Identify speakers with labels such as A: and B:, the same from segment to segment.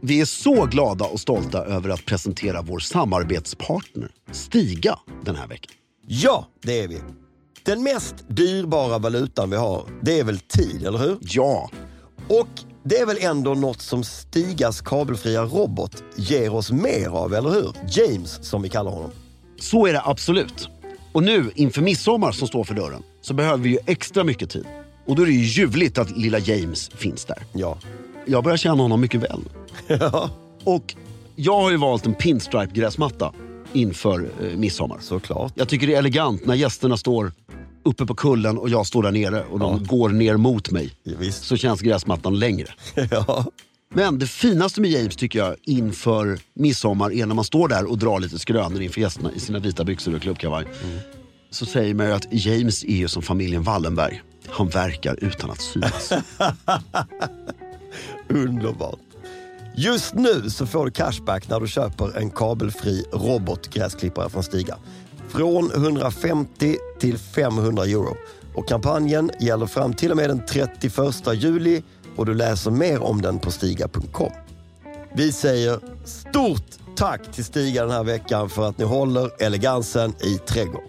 A: Vi är så glada och stolta över att presentera vår samarbetspartner Stiga den här veckan.
B: Ja, det är vi. Den mest dyrbara valutan vi har, det är väl tid, eller hur?
A: Ja,
B: Och det är väl ändå något som Stigas kabelfria robot ger oss mer av, eller hur? James, som vi kallar honom.
A: så är det absolut. Och nu inför midsommar som står för dörren så behöver vi ju extra mycket tid. Och då är det ju ljuvligt att lilla James finns där.
B: Ja.
A: Jag börjar känna honom mycket väl. Och jag har ju valt en pinstripe-gräsmatta inför eh, midsommar.
B: Såklart.
A: Jag tycker det är elegant när gästerna står uppe på kullen och jag står där nere och de går ner mot mig.
B: Ja, visst.
A: Så känns gräsmattan längre.
B: Ja.
A: Men det finaste med James tycker jag inför midsommar är när man står där och drar lite skrönor inför gästerna i sina vita byxor och klubbkavaj. Så säger man ju att James är ju som familjen Wallenberg. Han verkar utan att synas.
B: Underbart. Just nu så får du cashback när du köper en kabelfri robotgräsklippare från Stiga. Från 150 till 500 euro. Och kampanjen gäller fram till och med den 31 juli och du läser mer om den på stiga.com. Vi säger stort tack till Stiga den här veckan för att ni håller elegansen i trädgården.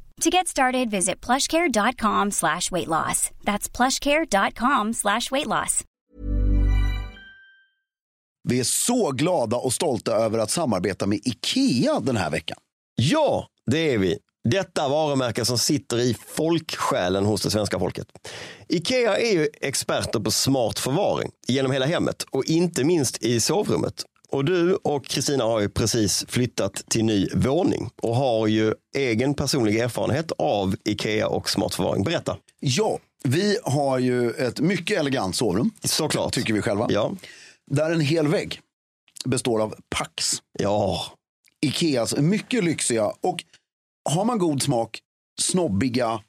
C: To get started, visit plushcare.com slash weight loss. That's plushcare.com slash weight loss.
A: Vi är så glada och stolta över att samarbeta med IKEA den här veckan.
B: Ja, det är vi. Detta varumärke som sitter i folksjälen hos det svenska folket. Ikea är ju experter på smart förvaring genom hela hemmet och inte minst i sovrummet. Och du och Kristina har ju precis flyttat till ny våning och har ju egen personlig erfarenhet av Ikea och smart förvaring. Berätta.
A: Ja, vi har ju ett mycket elegant sovrum,
B: Såklart.
A: tycker vi själva.
B: Ja.
A: Där en hel vägg består av Pax.
B: Ja.
A: Ikeas mycket lyxiga och har man god smak, snobbiga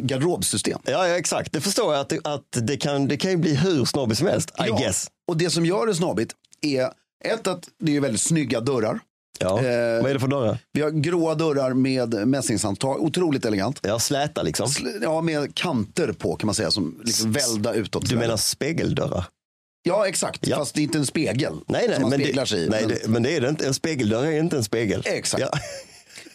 A: garderobsystem.
B: Ja, ja, exakt. Det förstår jag att det, att det, kan, det kan ju bli hur snobbigt som helst. I
A: Ja.
B: guess.
A: Och det som gör det snobbigt är ett att det är väldigt snygga dörrar.
B: Ja.
A: Eh.
B: Vad är det för dörrar?
A: Vi har gråa dörrar med mässingshandtag, otroligt elegant.
B: Ja, släta liksom.
A: Sl- Ja, med kanter på kan man säga som liksom välda utåt.
B: Du menar spegeldörrar?
A: Ja, exakt.
B: Ja.
A: Fast det är inte en spegel
B: Nej, nej,
A: som man
B: men,
A: speglar
B: det,
A: sig i.
B: nej
A: men
B: det, men det är det inte. En spegeldörr är inte en spegel.
A: Exakt.
B: Ja,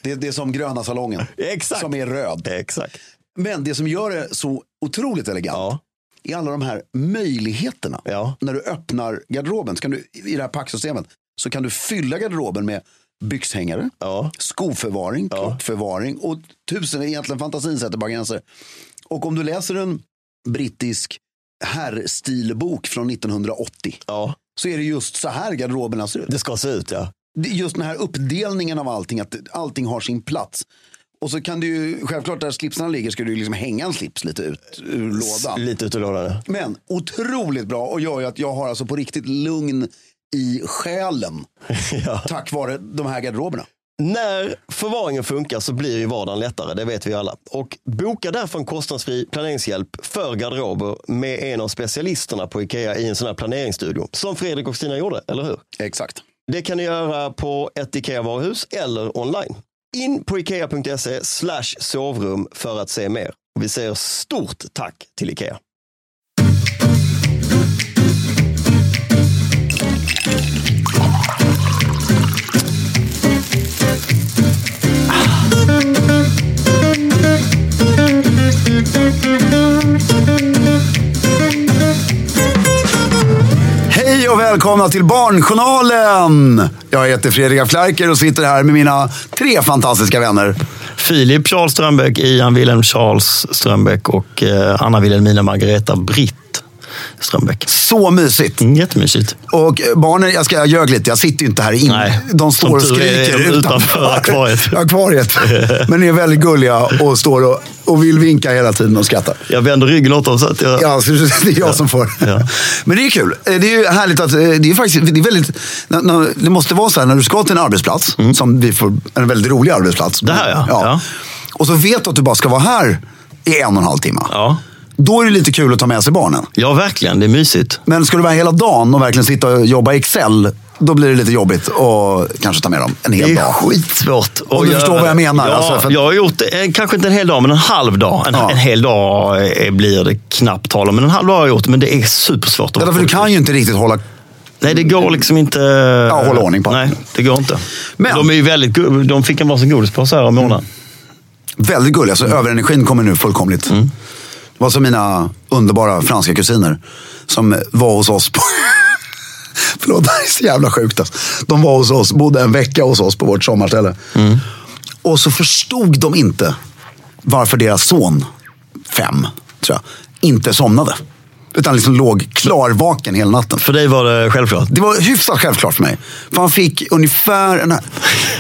A: det, det är som gröna salongen
B: exakt.
A: som är röd.
B: Exakt.
A: Men det som gör det så otroligt elegant
B: Ja,
A: är alla de här möjligheterna.
B: ja.
A: när du öppnar garderoben, så kan du, i det här packsystemet, så kan du fylla garderoben med byxhängare,
B: ja.
A: skoförvaring,
B: Ja.
A: klockförvaring och tusen, egentligen fantasin sätter bara gränser. Och om du läser en brittisk herrstilbok från 1980
B: ja.
A: så är det just så här garderoberna ser ut.
B: Det ska se ut, ja.
A: Det är Just den här uppdelningen av allting, att allting har sin plats. Och så kan du ju, självklart där slipsarna ligger ska du ju liksom hänga en slips lite ut ur lådan.
B: Lite ut ur lådan. ja.
A: Men otroligt bra och gör ju att jag har alltså på riktigt lugn i själen
B: ja.
A: tack vare de här garderoberna.
B: När förvaringen funkar så blir ju vardagen lättare, det vet vi ju alla. Och boka därför en kostnadsfri planeringshjälp för garderober med en av specialisterna på Ikea i en sån här planeringsstudio. Som Fredrik och Stina gjorde, eller hur?
A: Exakt.
B: Det kan ni göra på ett IKEA-varuhus eller online. In på ikea.se E slash sovrum för att se mer. Och Vi säger stort tack till Ikea.
A: Hej och välkomna till Barnjournalen! Jag heter Fredrik af Klerker och sitter här med mina tre fantastiska vänner.
B: Filip Charles Strömbäck, Ian Wilhelm Charles Strömbäck och eh, Anna Wilhelmina Margareta Britt Strömbäck.
A: Så mysigt.
B: Mm, jättemysigt.
A: Och eh, barnen, jag, ska, jag ljög lite, jag sitter ju inte här inne.
B: Nej.
A: De står och
B: Som tur är,
A: skriker
B: utanför akvariet.
A: akvariet. Men är väldigt gulliga och står och, och vill vinka hela tiden och skrattar.
B: Jag vänder ryggen åt dem så att jag...
A: Ja, så det är jag som får.
B: Ja.
A: Men det är kul. Eh, Det är ju härligt att eh, det är faktiskt, det är väldigt, när- när- det måste vara så här när du ska till en arbetsplats, som vi får, en väldigt rolig arbetsplats.
B: Mm. Det här, ja. Ja.
A: Och så vet du att du bara ska vara här i en och en halv timme.
B: Ja.
A: Då är det lite kul att ta med sig barnen.
B: ja, verkligen. Det är mysigt.
A: Men ska du vara hela dagen och verkligen sitta och jobba i Excel, då blir det lite jobbigt och kanske ta med dem en hel
B: Det är
A: dag.
B: skitsvårt. att
A: Om du
B: göra
A: förstår vad jag
B: det.
A: menar,
B: Ja,
A: alltså, för-
B: Jag har gjort, det, eh, kanske inte en hel dag, men en halv dag. En,
A: Ja.
B: en hel dag eh, blir det knappt tal om, men en halv dag har jag gjort. Men det är supersvårt. att-
A: Därför du kan ju inte riktigt hålla...
B: Nej, det går liksom inte...
A: Ja, hålla ordning på allt.
B: Nej, det går inte.
A: Men- Mm.
B: Men... De är ju väldigt go- De fick en varsin godispåse här om månaden.
A: Väldigt gulliga,
B: Mm.
A: så överenergin kommer nu fullkomligt. Det var som mina underbara franska kusiner som var hos oss på... Förlåt, det här är så jävla sjukt. Alltså. De var hos oss, bodde en vecka hos oss på vårt sommarställe.
B: Mm.
A: Och så förstod de inte varför deras son, fem, tror jag, inte somnade. Utan liksom låg klarvaken hela natten.
B: För dig var det självklart.
A: Det var hyfsat självklart för mig. För han fick ungefär en,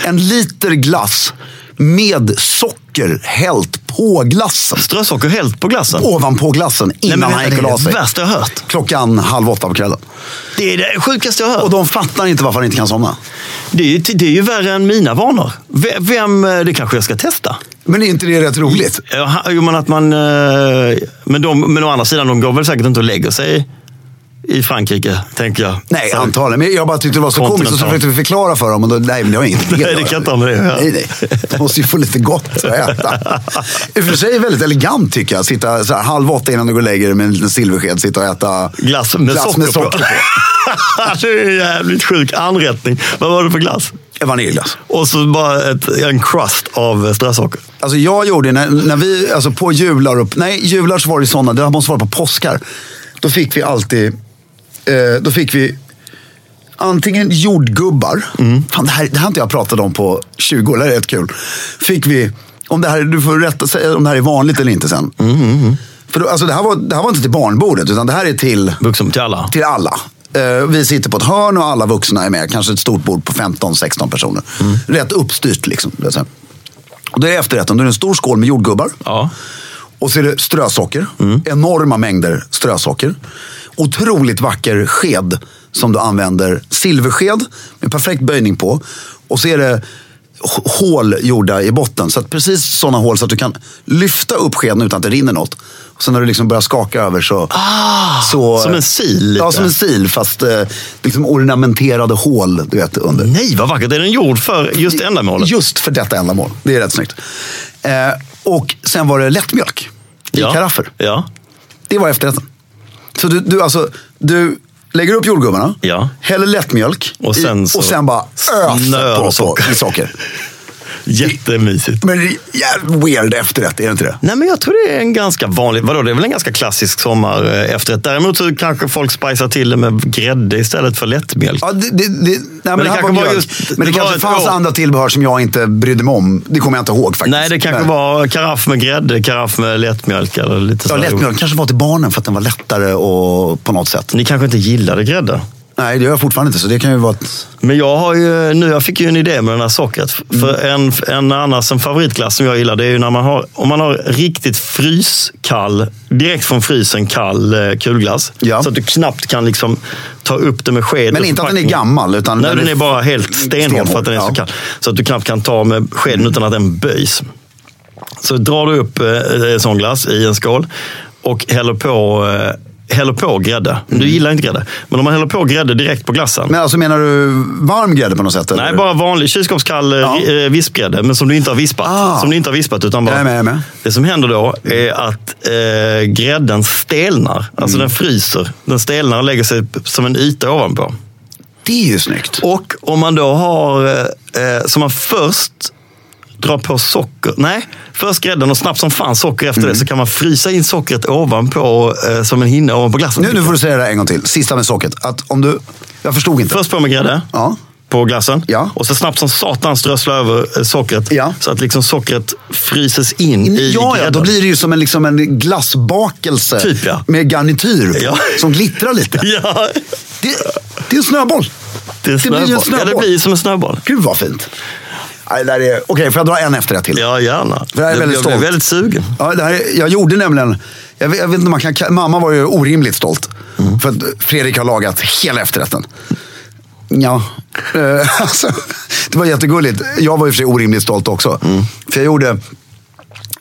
A: en liter glass med socker hällt på glassen.
B: Strösocker helt på glassen.
A: Ovanpå glassen innan
B: Nej, men
A: han
B: vänta,
A: gick och
B: det
A: la
B: är det
A: sig.
B: värsta jag hört.
A: Klockan halv åtta på kvällen.
B: Det är det sjukaste jag har hört.
A: Och de fattar inte varför han inte kan somna.
B: Det är, ju, det är ju värre än mina vanor. Ve- Vem, eh, det kanske jag ska testa.
A: Men är inte det rätt roligt?
B: Ja, Jo, men att man... eh, Men, de, men å andra sidan, de går väl säkert inte och lägger sig i Frankrike, tänker jag.
A: Nej,
B: Så-
A: antagligen. Men jag bara tyckte det var så komiskt och så
B: Kontinental.
A: försökte vi förklara för dem. Och då, nej, men det har inget
B: Nej, det kan inte ha med det att göra.
A: Nej, nej. De måste ju få lite gott att äta. I och för sig är det väldigt elegant tycker jag. Sitta så här, halv åtta innan du går och lägger dig med en liten silversked. Sitta och äta
B: Glass med socker, på. det är en jävligt sjuk anrättning. Vad var det för glass?
A: på. Vaniljglass.
B: Och så bara ett, en crust av eh, strösocker.
A: Alltså jag gjorde, när, när vi, alltså på jular upp, nej jular så var det sådana, det måste vara på påskar. Då fick vi alltid, eh, då fick vi antingen jordgubbar,
B: Mm.
A: fan, det, här, det här har inte jag pratat om på 20 år, det här är rätt kul. Fick vi, om det här, du får rätta, säga om det här är vanligt eller inte sen.
B: Mm,
A: För då, alltså det, här var, det här var inte till barnbordet, utan det här är till
B: Vuxen till alla.
A: till alla. Eh, Vi sitter på ett hörn och alla vuxna är med. Kanske ett stort bord på 15-16 personer. Rätt uppstyrt liksom. Det är så här. Och då är det efterrätten. Då är det en stor skål med jordgubbar.
B: Ja.
A: Och så är det strösocker.
B: Mm.
A: Enorma mängder strösocker. Otroligt vacker sked som du använder. Silversked med perfekt böjning på. Och så är det h- hål gjorda i botten. Så att precis sådana hål så att du kan lyfta upp skeden utan att det rinner något. Och sen när du liksom börjar skaka över så... så
B: Ah, som en sil lite.
A: Ja, som en sil. Fast eh, liksom ornamenterade hål du vet, under.
B: Nej, vad vackert. Är den gjord för just det ändamålet?
A: Just för detta ändamål. Det är rätt snyggt. Eh, och sen var det lättmjölk i
B: ja.
A: karaffer.
B: Ja.
A: Det var efterrätten. Så du, du, alltså, du lägger upp jordgubbarna,
B: Ja.
A: häller lättmjölk
B: Och sen
A: i,
B: så
A: och sen bara öser
B: snör
A: på,
B: och socker.
A: på i socker.
B: Jättemysigt.
A: Men det är jävligt weird efterrätt, är det inte det?
B: Nej, men jag tror det är en ganska vanlig, vadå, det är väl en ganska klassisk sommar eh, efterrätt. Däremot så kanske folk spicar till det med grädde istället för lättmjölk.
A: Ja, det, det, det, nej, men det,
B: det
A: här var
B: kanske var
A: mjölk.
B: just-
A: men det,
B: det var
A: kanske
B: ett
A: fanns
B: år.
A: andra tillbehör som jag inte brydde mig om. Det kommer jag inte ihåg faktiskt.
B: Nej, det kanske
A: Men-
B: var karaff med grädde, karaff med lättmjölk eller lite
A: Ja,
B: sådär.
A: lättmjölk kanske var till barnen för att den var lättare och på något sätt.
B: Ni kanske inte gillade grädde?
A: Nej, det gör jag fortfarande inte. Så det kan ju vara ett...
B: Men jag har ju, nu, jag fick ju en idé med den här sockret. För
A: Mm.
B: en, en annars en favoritglass som jag gillar, det är ju när man har, om man har riktigt fryskall, direkt från frysen kall eh, kulglass.
A: Ja.
B: Så att du knappt kan liksom ta upp det med sked.
A: Men
B: ur
A: inte att den är
B: förpackningen.
A: gammal, utan
B: Nej,
A: den
B: den
A: är
B: är bara helt stenhård för att den är så
A: stenhård, ja.
B: kall. Så att du knappt kan ta med skeden utan att den böjs. Så drar du upp eh, sån glass i en skål och häller på, eh, häller på grädde. Du gillar inte grädde. Men om man häller på grädde direkt på glassen.
A: Mm. Men alltså menar du varm grädde på något sätt?
B: Nej, bara vanlig kylskåpskall eh,
A: Ja.
B: ri- eh, vispgrädde, men som du inte har vispat.
A: Ah.
B: Som du inte har vispat, utan bara...
A: Jag är med, jag är med.
B: Det som händer då är att eh, grädden stelnar. Alltså
A: Mm.
B: den fryser. Den stelnar och lägger sig p- som en yta ovanpå.
A: Det är ju snyggt.
B: Och om man då har, eh, eh, som man först drar på socker. Nej, först grädden och snabbt som fan socker efter
A: Mm.
B: det så kan man frysa in sockret ovanpå eh, som en hinna ovanpå glassen.
A: Nu, nu får du säga det här en gång till. Sista med sockret. Att om du... Jag förstod inte.
B: Först på med grädde.
A: Ja.
B: på glassen.
A: Ja.
B: Och så snabbt som satan strössla över eh, sockret.
A: Ja.
B: Så att liksom sockret fryses in i
A: Ja, ja, då
B: grädden.
A: blir det ju som en, liksom en glassbakelse
B: Typ, ja.
A: med garnityr
B: Ja.
A: som glittrar lite.
B: Ja,
A: Det, det är en snöboll.
B: det, är
A: Det blir
B: snöboll.
A: en
B: Ja, det
A: snöboll.
B: blir som en snöboll.
A: Gud vad fint. Nej, det där är- Okej, får jag dra en efterrätt till?
B: Ja, gärna.
A: Det här är
B: Det-
A: väldigt
B: jag blev
A: stolt.
B: väldigt sugen.
A: Ja, det här, jag gjorde nämligen, jag vet, jag vet inte om man kan, ka- mamma var ju orimligt stolt.
B: Mm.
A: För att Fredrik har lagat hela efterrätten. Ja, eh, alltså, det var jättegulligt. Jag var ju för sig orimligt stolt också.
B: Mm.
A: För jag gjorde,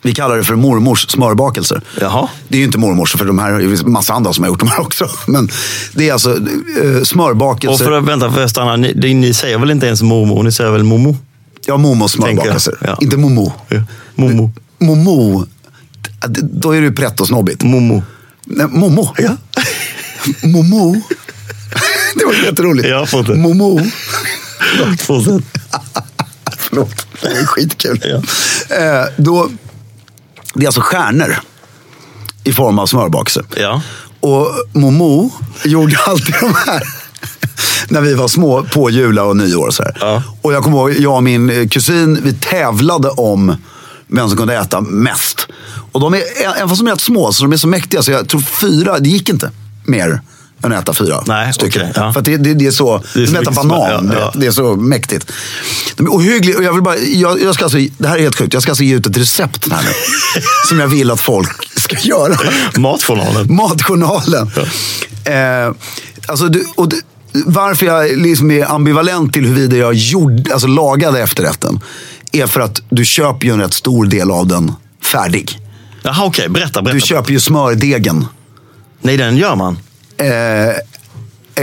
A: vi kallar det för mormors smörbakelser.
B: Jaha.
A: Det är ju inte mormors, för de här, det finns massa andra som har gjort de här också. Men det är alltså eh,
B: Och
A: smörbakelser.
B: för att vänta, för jag stannar. Ni, det- ni säger väl inte ens mormor, ni säger väl momo?
A: Ja, momos smörbakelser.
B: Tänker jag, ja.
A: Inte momo.
B: Ja. Momo.
A: Momo, d- då är det ju pretto-snobbigt.
B: Momo.
A: Nej, Momo. Ja. Momo. Det var jätteroligt.
B: Ja, får det.
A: Momo.
B: Fortsätt.
A: Förlåt, det är skitkul.
B: Ja.
A: Eh, då, det är alltså stjärnor i form av smörbakelse.
B: Ja.
A: Och Momo gjorde alltid de här när vi var små på jula och nyår. Och, så här.
B: Ja.
A: och jag kommer ihåg, jag och min eh, kusin, vi tävlade om vem som kunde äta mest. Och de är, även fast de är rätt små, så de är så mäktiga så jag tror fyra, det gick inte mer än att äta fyra
B: Nej,
A: stycken.
B: okej, ja.
A: För att det, det, det är så,
B: Det är så
A: de äter
B: mycket som- ja,
A: banan, du
B: ja.
A: vet. det är så mäktigt. De är ohyggliga, och jag vill bara, jag, jag ska alltså, det här är helt sjukt, jag ska alltså ge ut ett recept här nu. som jag vill att folk ska göra.
B: Matjournalen.
A: Matjournalen. Eh, alltså du, och du, varför jag liksom är ambivalent till huruvida jag gjorde, alltså lagade efterrätten är för att du köper ju en rätt stor del av den färdig.
B: Jaha, okej. Berätta, berätta.
A: Du köper ju smördegen.
B: Nej, den gör man.
A: Eh,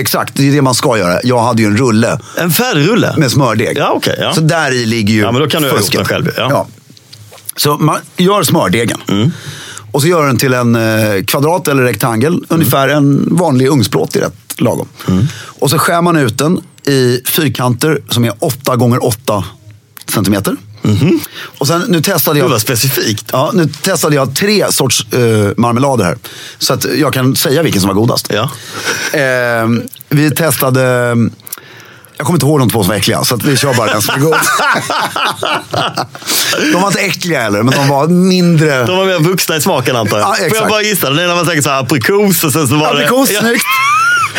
A: exakt, det är det man ska göra. Jag hade ju en rulle
B: En färdig rulle.
A: med smördeg.
B: Ja, okej, ja.
A: Så där i ligger ju
B: Ja, men då kan du ha gjort
A: fusket.
B: den själv, ja. Mm.
A: Så man gör smördegen. Och så gör den till en eh, kvadrat eller rektangel.
B: Mm.
A: Ungefär en vanlig ugnsplåt i rätt lagom. Och så skär man ut den i fyrkanter som är 8 gånger 8 centimeter.
B: Mhm.
A: Och sen, nu testade jag...
B: Det var specifikt.
A: Ja, nu testade jag tre sorts eh, marmelader här. Så att jag kan säga vilken som var godast.
B: Ja.
A: Eh, vi testade... Jag kommer inte ihåg de två som var äckliga, så att vi kör bara den som är god. de var inte äckliga heller, men de var mindre...
B: De var mer vuxna i smaken antar jag.
A: Ja,
B: Får jag
A: exakt.
B: bara gissa? Den ena var säkert så här aprikos och sen så var
A: Aprikos,
B: det...
A: snyggt!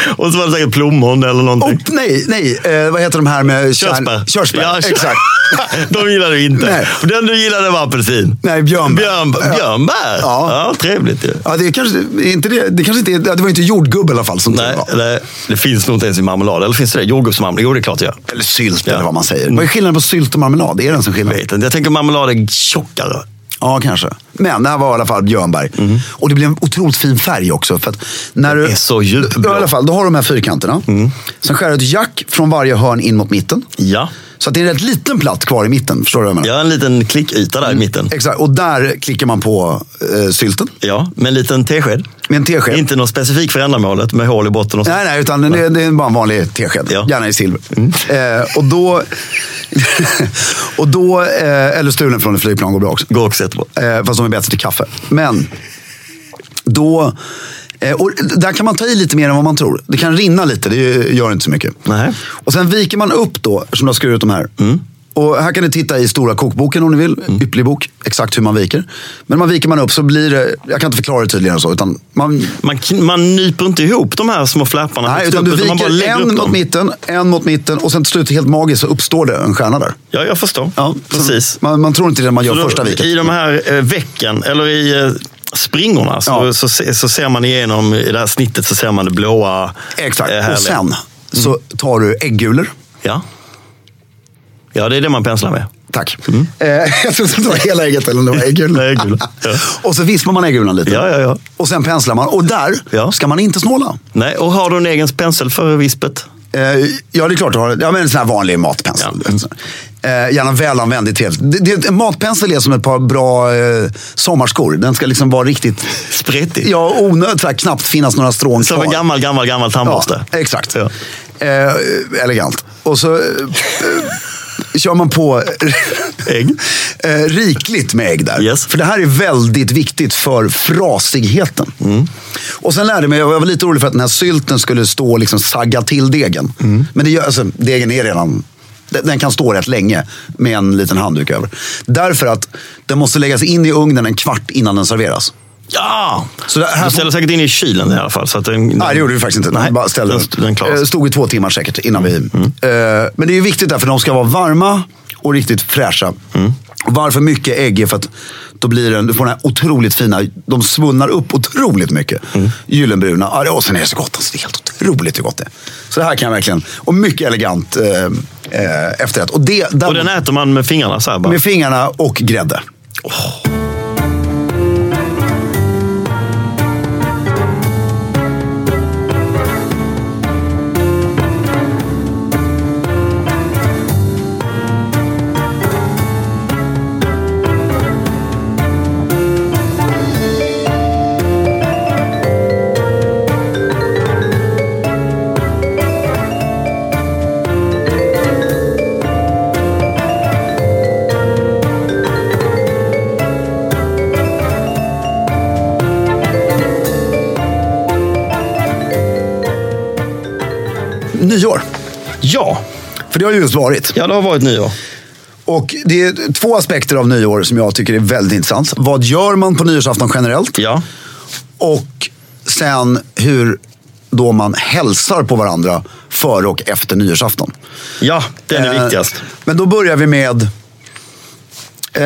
B: Ja, och så var det säkert plommon eller
A: Och,
B: någonting.
A: nej, nej. Eh, vad heter de här med... kärn-
B: Körsbär.
A: Körsbär,
B: Ja, kö-
A: exakt.
B: De gillade du inte.
A: Nej.
B: Och Den du gillade var apelsin.
A: Nej, björnbär.
B: Björn, björnbär?
A: Ja.
B: trevligt ju.
A: Ja, det är kanske är inte det. Det kanske inte är, ja, det var inte jordgubbe i alla fall som
B: Nej,
A: det var.
B: nej, det finns nog inte ens i marmelad. Eller finns det det? Jordgubbsmarmelad? Jo, det är klart det gör.
A: Eller sylt
B: Ja.
A: eller vad man säger. Vad är skillnaden på sylt och marmelad? Är det ens en skillnad?
B: Jag vet inte. Jag tänker marmelad är tjockare.
A: Ja, kanske. Men det här var i alla fall björnbär. Och det blev en otroligt fin färg också. För att när du,
B: Mhm. är så Mm. djupblå.
A: Ja, i alla fall. Då har du de här fyrkanterna. Sen skär du ett jack från varje hörn in mot mitten.
B: Ja.
A: Så att det är en rätt liten platt kvar i mitten. Förstår du vad jag menar?
B: Jag har en liten klickyta
A: Mm.
B: där i mitten.
A: Exakt. Och där klickar man på eh, sylten
B: Ja, med en liten tesked.
A: med en tesked.
B: Inte någon specifik för ändamålet med hål i botten och så.
A: Nej, nej, utan det, det är bara en vanlig tesked.
B: Ja. Mm.
A: Gärna i silver. Eh, och då... och då eh, eller stulen från ett flygplan går bra också.
B: Går också jättebra.
A: Eh, fast de är bättre till kaffe. Men då... Eh, och där kan man ta i lite mer än vad man tror. Det kan rinna lite, det gör inte så mycket.
B: Nej. Mm.
A: Och sen viker man upp då, som jag skurit ut de här. Och här kan ni titta i stora kokboken om ni vill. Ypperlig bok, exakt hur man viker. Men man viker man upp så blir det, jag kan inte förklara det tydligare än så. Utan man,
B: Man, kn- man nyper inte ihop de här små flapparna.
A: nej,
B: högst
A: utan
B: upp,
A: du
B: Typ man bara
A: viker
B: lägger
A: en
B: upp
A: mot
B: dem.
A: mitten, en mot mitten och sen till slut helt magiskt så uppstår det en stjärna där.
B: Ja, jag förstår.
A: Så
B: Precis.
A: Man, man tror inte det när man gör
B: Så då,
A: första viket.
B: I de här eh, vecken, eller i eh, springorna, så,
A: Ja.
B: så, se- så ser man igenom, i det här snittet så ser man det blåa.
A: Exakt.
B: eh, härliga.
A: och sen så
B: Mm.
A: tar du äggulor.
B: Ja. ja, det är det man penslar med.
A: Tack. Eh, jag trodde det var hela ägget eller om det var äggulan.
B: Mm. Nej, gula. Ja.
A: Och så vispar man äggulan lite.
B: Ja, ja, ja.
A: Och sen penslar man. Och där
B: Ja.
A: ska man inte snåla.
B: Nej, och har du en egen pensel för vispet?
A: Eh, ja, det är klart. du har- Ja, men en sån här vanlig matpensel.
B: Ja. Mm.
A: du vet, så. Eh, gärna välanvänd i trevligt. Det, det, en matpensel är som ett par bra eh, sommarskor. Den ska liksom vara riktigt...
B: Spretigt.
A: Ja, onödigt. så här, Knappt finnas några strån
B: Som en gammal, gammal, gammal
A: Ja,
B: tandborste.
A: exakt.
B: Ja.
A: Eh, elegant. Och så eh, kör man på ägg. Eh, rikligt med ägg där.
D: Yes.
A: För det här är väldigt viktigt för frasigheten. Och sen lärde jag mig, jag var lite orolig för att den här sylten skulle stå och liksom sagga till degen. Men det gör, alltså, degen är redan... den- Den kan stå rätt länge med en liten handduk över. Därför att den måste läggas in i ugnen en kvart innan den serveras.
D: Ja!
A: Så det här
D: Du
A: får-
D: ställer säkert in i kylen i alla fall. Så att den,
A: Nej, det gjorde vi faktiskt inte.
D: Nej,
A: Nej, bara ställde
D: den, den klarar
A: Eh,
D: sig. Mm.
A: Stod i två timmar säkert innan vi... Eh, Men det är ju viktigt därför de ska vara varma och riktigt fräscha.
D: Mm.
A: Och Varför mycket ägg? är För att då blir den, du får den här otroligt fina, de svullnar upp otroligt mycket.
D: Mm.
A: Gyllenbruna. Ja, det- Och sen är det så gott. Alltså, det är helt otroligt hur gott det är. Så det här kan jag verkligen, och mycket elegant eh, eh, efterrätt. Och, det, där,
D: Och den äter man med fingrarna så här bara.
A: med fingrarna och grädde. Nyår.
D: Ja.
A: För det har ju just varit.
D: ja, det har varit nyår.
A: Och det är två aspekter av nyår som jag tycker är väldigt intressant. Vad gör man på nyårsafton generellt?
D: Ja.
A: Och sen hur då man hälsar på varandra före och efter nyårsafton.
D: ja, den är
A: Eh,
D: viktigast.
A: Men då börjar vi med... Eh,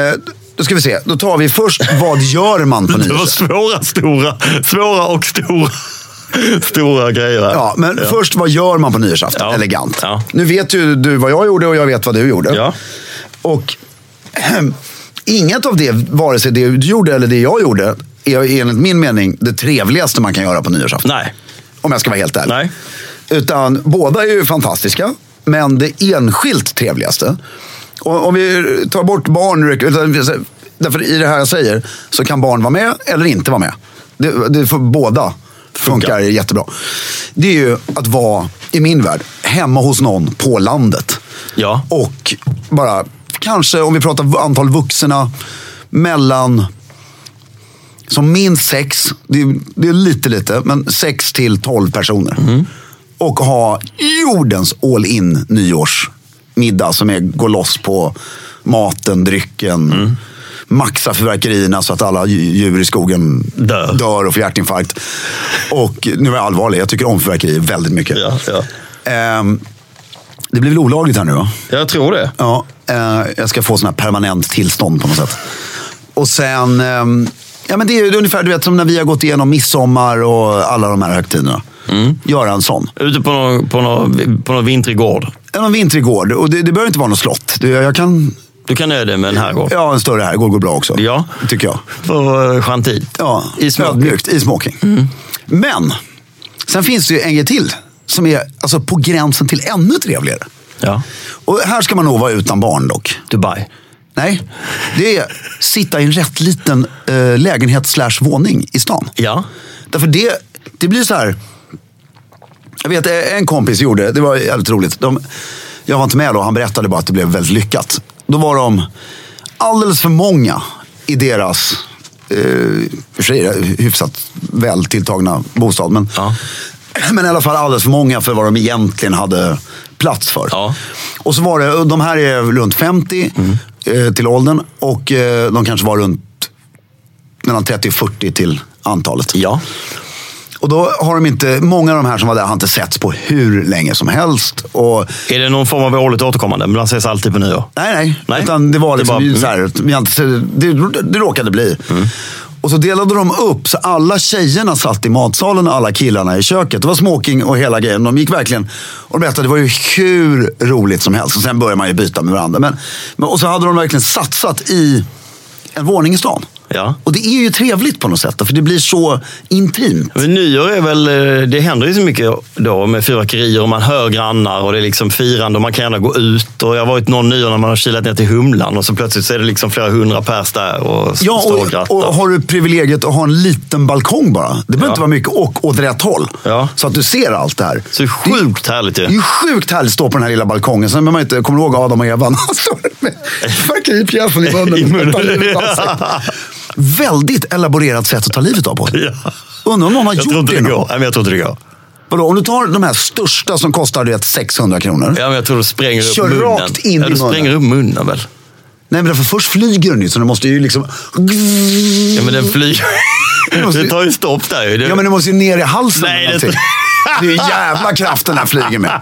A: då ska vi se. Då tar vi först, vad gör man
D: Det
A: på
D: var
A: nyårsafton?
D: svåra, stora, svåra och stora, stora grejer. där.
A: Ja, men först, vad gör man på nyårsafton?
D: Ja.
A: Elegant.
D: Ja.
A: Nu vet ju du vad jag gjorde och jag vet vad du gjorde.
D: Ja.
A: Och inget av det, vare sig det du gjorde eller det jag gjorde, är enligt min mening det trevligaste man kan göra på nyårsafton.
D: Nej.
A: Om jag ska vara helt ärlig.
D: Nej.
A: Utan båda är ju fantastiska, men det enskilt trevligaste. Och, om vi tar bort barn, utan- därför i det här jag säger så kan barn vara med eller inte vara med. Det, det får båda funkar
D: Funkar.
A: jättebra. Det är ju att vara, i min värld, hemma hos någon på landet.
D: Ja.
A: Och bara, kanske om vi pratar antal vuxna, mellan som minst sex, det är, det är lite lite, men sex till tolv personer. Och ha jordens all in nyårsmiddag som är, går loss på maten, drycken. Maxa fyrverkerierna så att alla dju- djur i skogen
D: Dör.
A: och får hjärtinfarkt. Och nu är jag allvarlig, jag tycker om fyrverkerier väldigt mycket.
D: Ja, ja.
A: Ehm, det blir väl olagligt här nu va?
D: Jag tror det.
A: Ja, eh, jag ska få sån här permanent tillstånd på något sätt. Och sen, ehm, ja men det är ju ungefär du vet, som när vi har gått igenom midsommar och alla de här högtiderna.
D: Mm.
A: Göra en sån.
D: Ute på någon, på någon, på någon vintrig gård.
A: En vintrig gård, och det, det behöver inte vara något slott. Det, jag kan,
D: Du kan nöja dig med en herrgård.
A: ja en större här går, går bra också.
D: Ja.
A: Tycker jag.
D: För eh, chantil.
A: Ja,
D: I Mm. smak.
A: ödmjukt i smoking. Men, sen finns det ju en grej till. Som är alltså, på gränsen till ännu trevligare.
D: Ja.
A: Och här ska man nog vara utan barn dock.
D: Dubai.
A: Nej, det är sitta i en rätt liten eh, lägenhet slash våning i stan.
D: Ja.
A: Därför det, det blir så här. Jag vet eh, en kompis gjorde, det var jävligt roligt. De, jag var inte med då, han berättade bara att det blev väldigt lyckat. Då var de alldeles för många i deras, eh, i och för sig eh, hyfsat väl tilltagna bostad. Men,
D: Ja.
A: men i alla fall alldeles för många för vad de egentligen hade plats för.
D: Ja. Mm.
A: Och så var det, de här är runt 50 eh, till åldern och eh, de kanske var runt mellan 30 och 40 till antalet.
D: Ja.
A: Och då har de inte, många av de här som var där har inte setts på hur länge som helst. Och,
D: Är det någon form av årligt återkommande? Men man ses alltid på nyår.
A: nej, nej,
D: Nej.
A: Utan det var Mm.
D: Det
A: liksom
D: bara-
A: ju så här, vi har inte, sett- det, det råkade bli. Och så delade de upp, så alla tjejerna satt i matsalen och alla killarna i köket. Det var smoking och hela grejen. De gick verkligen och de berättade, det var ju hur roligt som helst. Och sen började man ju byta med varandra. Men, men, och så hade de verkligen satsat i en våning i stan.
B: Ja.
A: Och det är ju trevligt på något sätt, för det blir så intimt.
B: Men Nyår är väl, eh, det händer ju så mycket då med fyrverkerier och man hör grannar och det är liksom firande och man kan gärna gå ut. Och jag har varit någon nyår när man har kilat ner till Humlan och så plötsligt så är det liksom flera hundra pers där och s-
A: Ja,
B: står och
A: och,
B: grattar.
A: och har du privilegiet att ha en liten balkong bara. Det behöver
B: Ja.
A: inte vara mycket och åt rätt håll.
B: Ja.
A: Så att du ser allt det här.
B: Så det är sjukt härligt
A: Det är
B: ju.
A: ju sjukt härligt att stå på den här lilla balkongen. Sen behöver man inte, kommer du ihåg Adam och Eva? Han står med fyrverkeripjäsen i munnen.
B: I munnen.
A: och tar livet av sig. Väldigt elaborerat sätt att ta livet av på.
B: Ja.
A: Undrar om någon har
B: Jag tror
A: gjort
B: inte
A: det
B: det går.
A: någon
B: Nej, men jag tror inte det går.
A: Vadå, Om du tar de här största som kostar du vet, 600 kronor.
B: Ja, men jag tror du spränger upp
A: Kör
B: munnen.
A: rakt in
B: ja,
A: i
B: du spränger upp munnen väl?
A: Nej, men därför först flyger den ju så den måste ju liksom...
B: Ja, men den flyger.
A: måste-
B: Det tar ju stopp där ju. Det-
A: Mm. Ja, men den måste ju ner i halsen.
B: Nej,
A: eller
B: det-
A: någonting. det är ju en jävla kraft den här flyger med.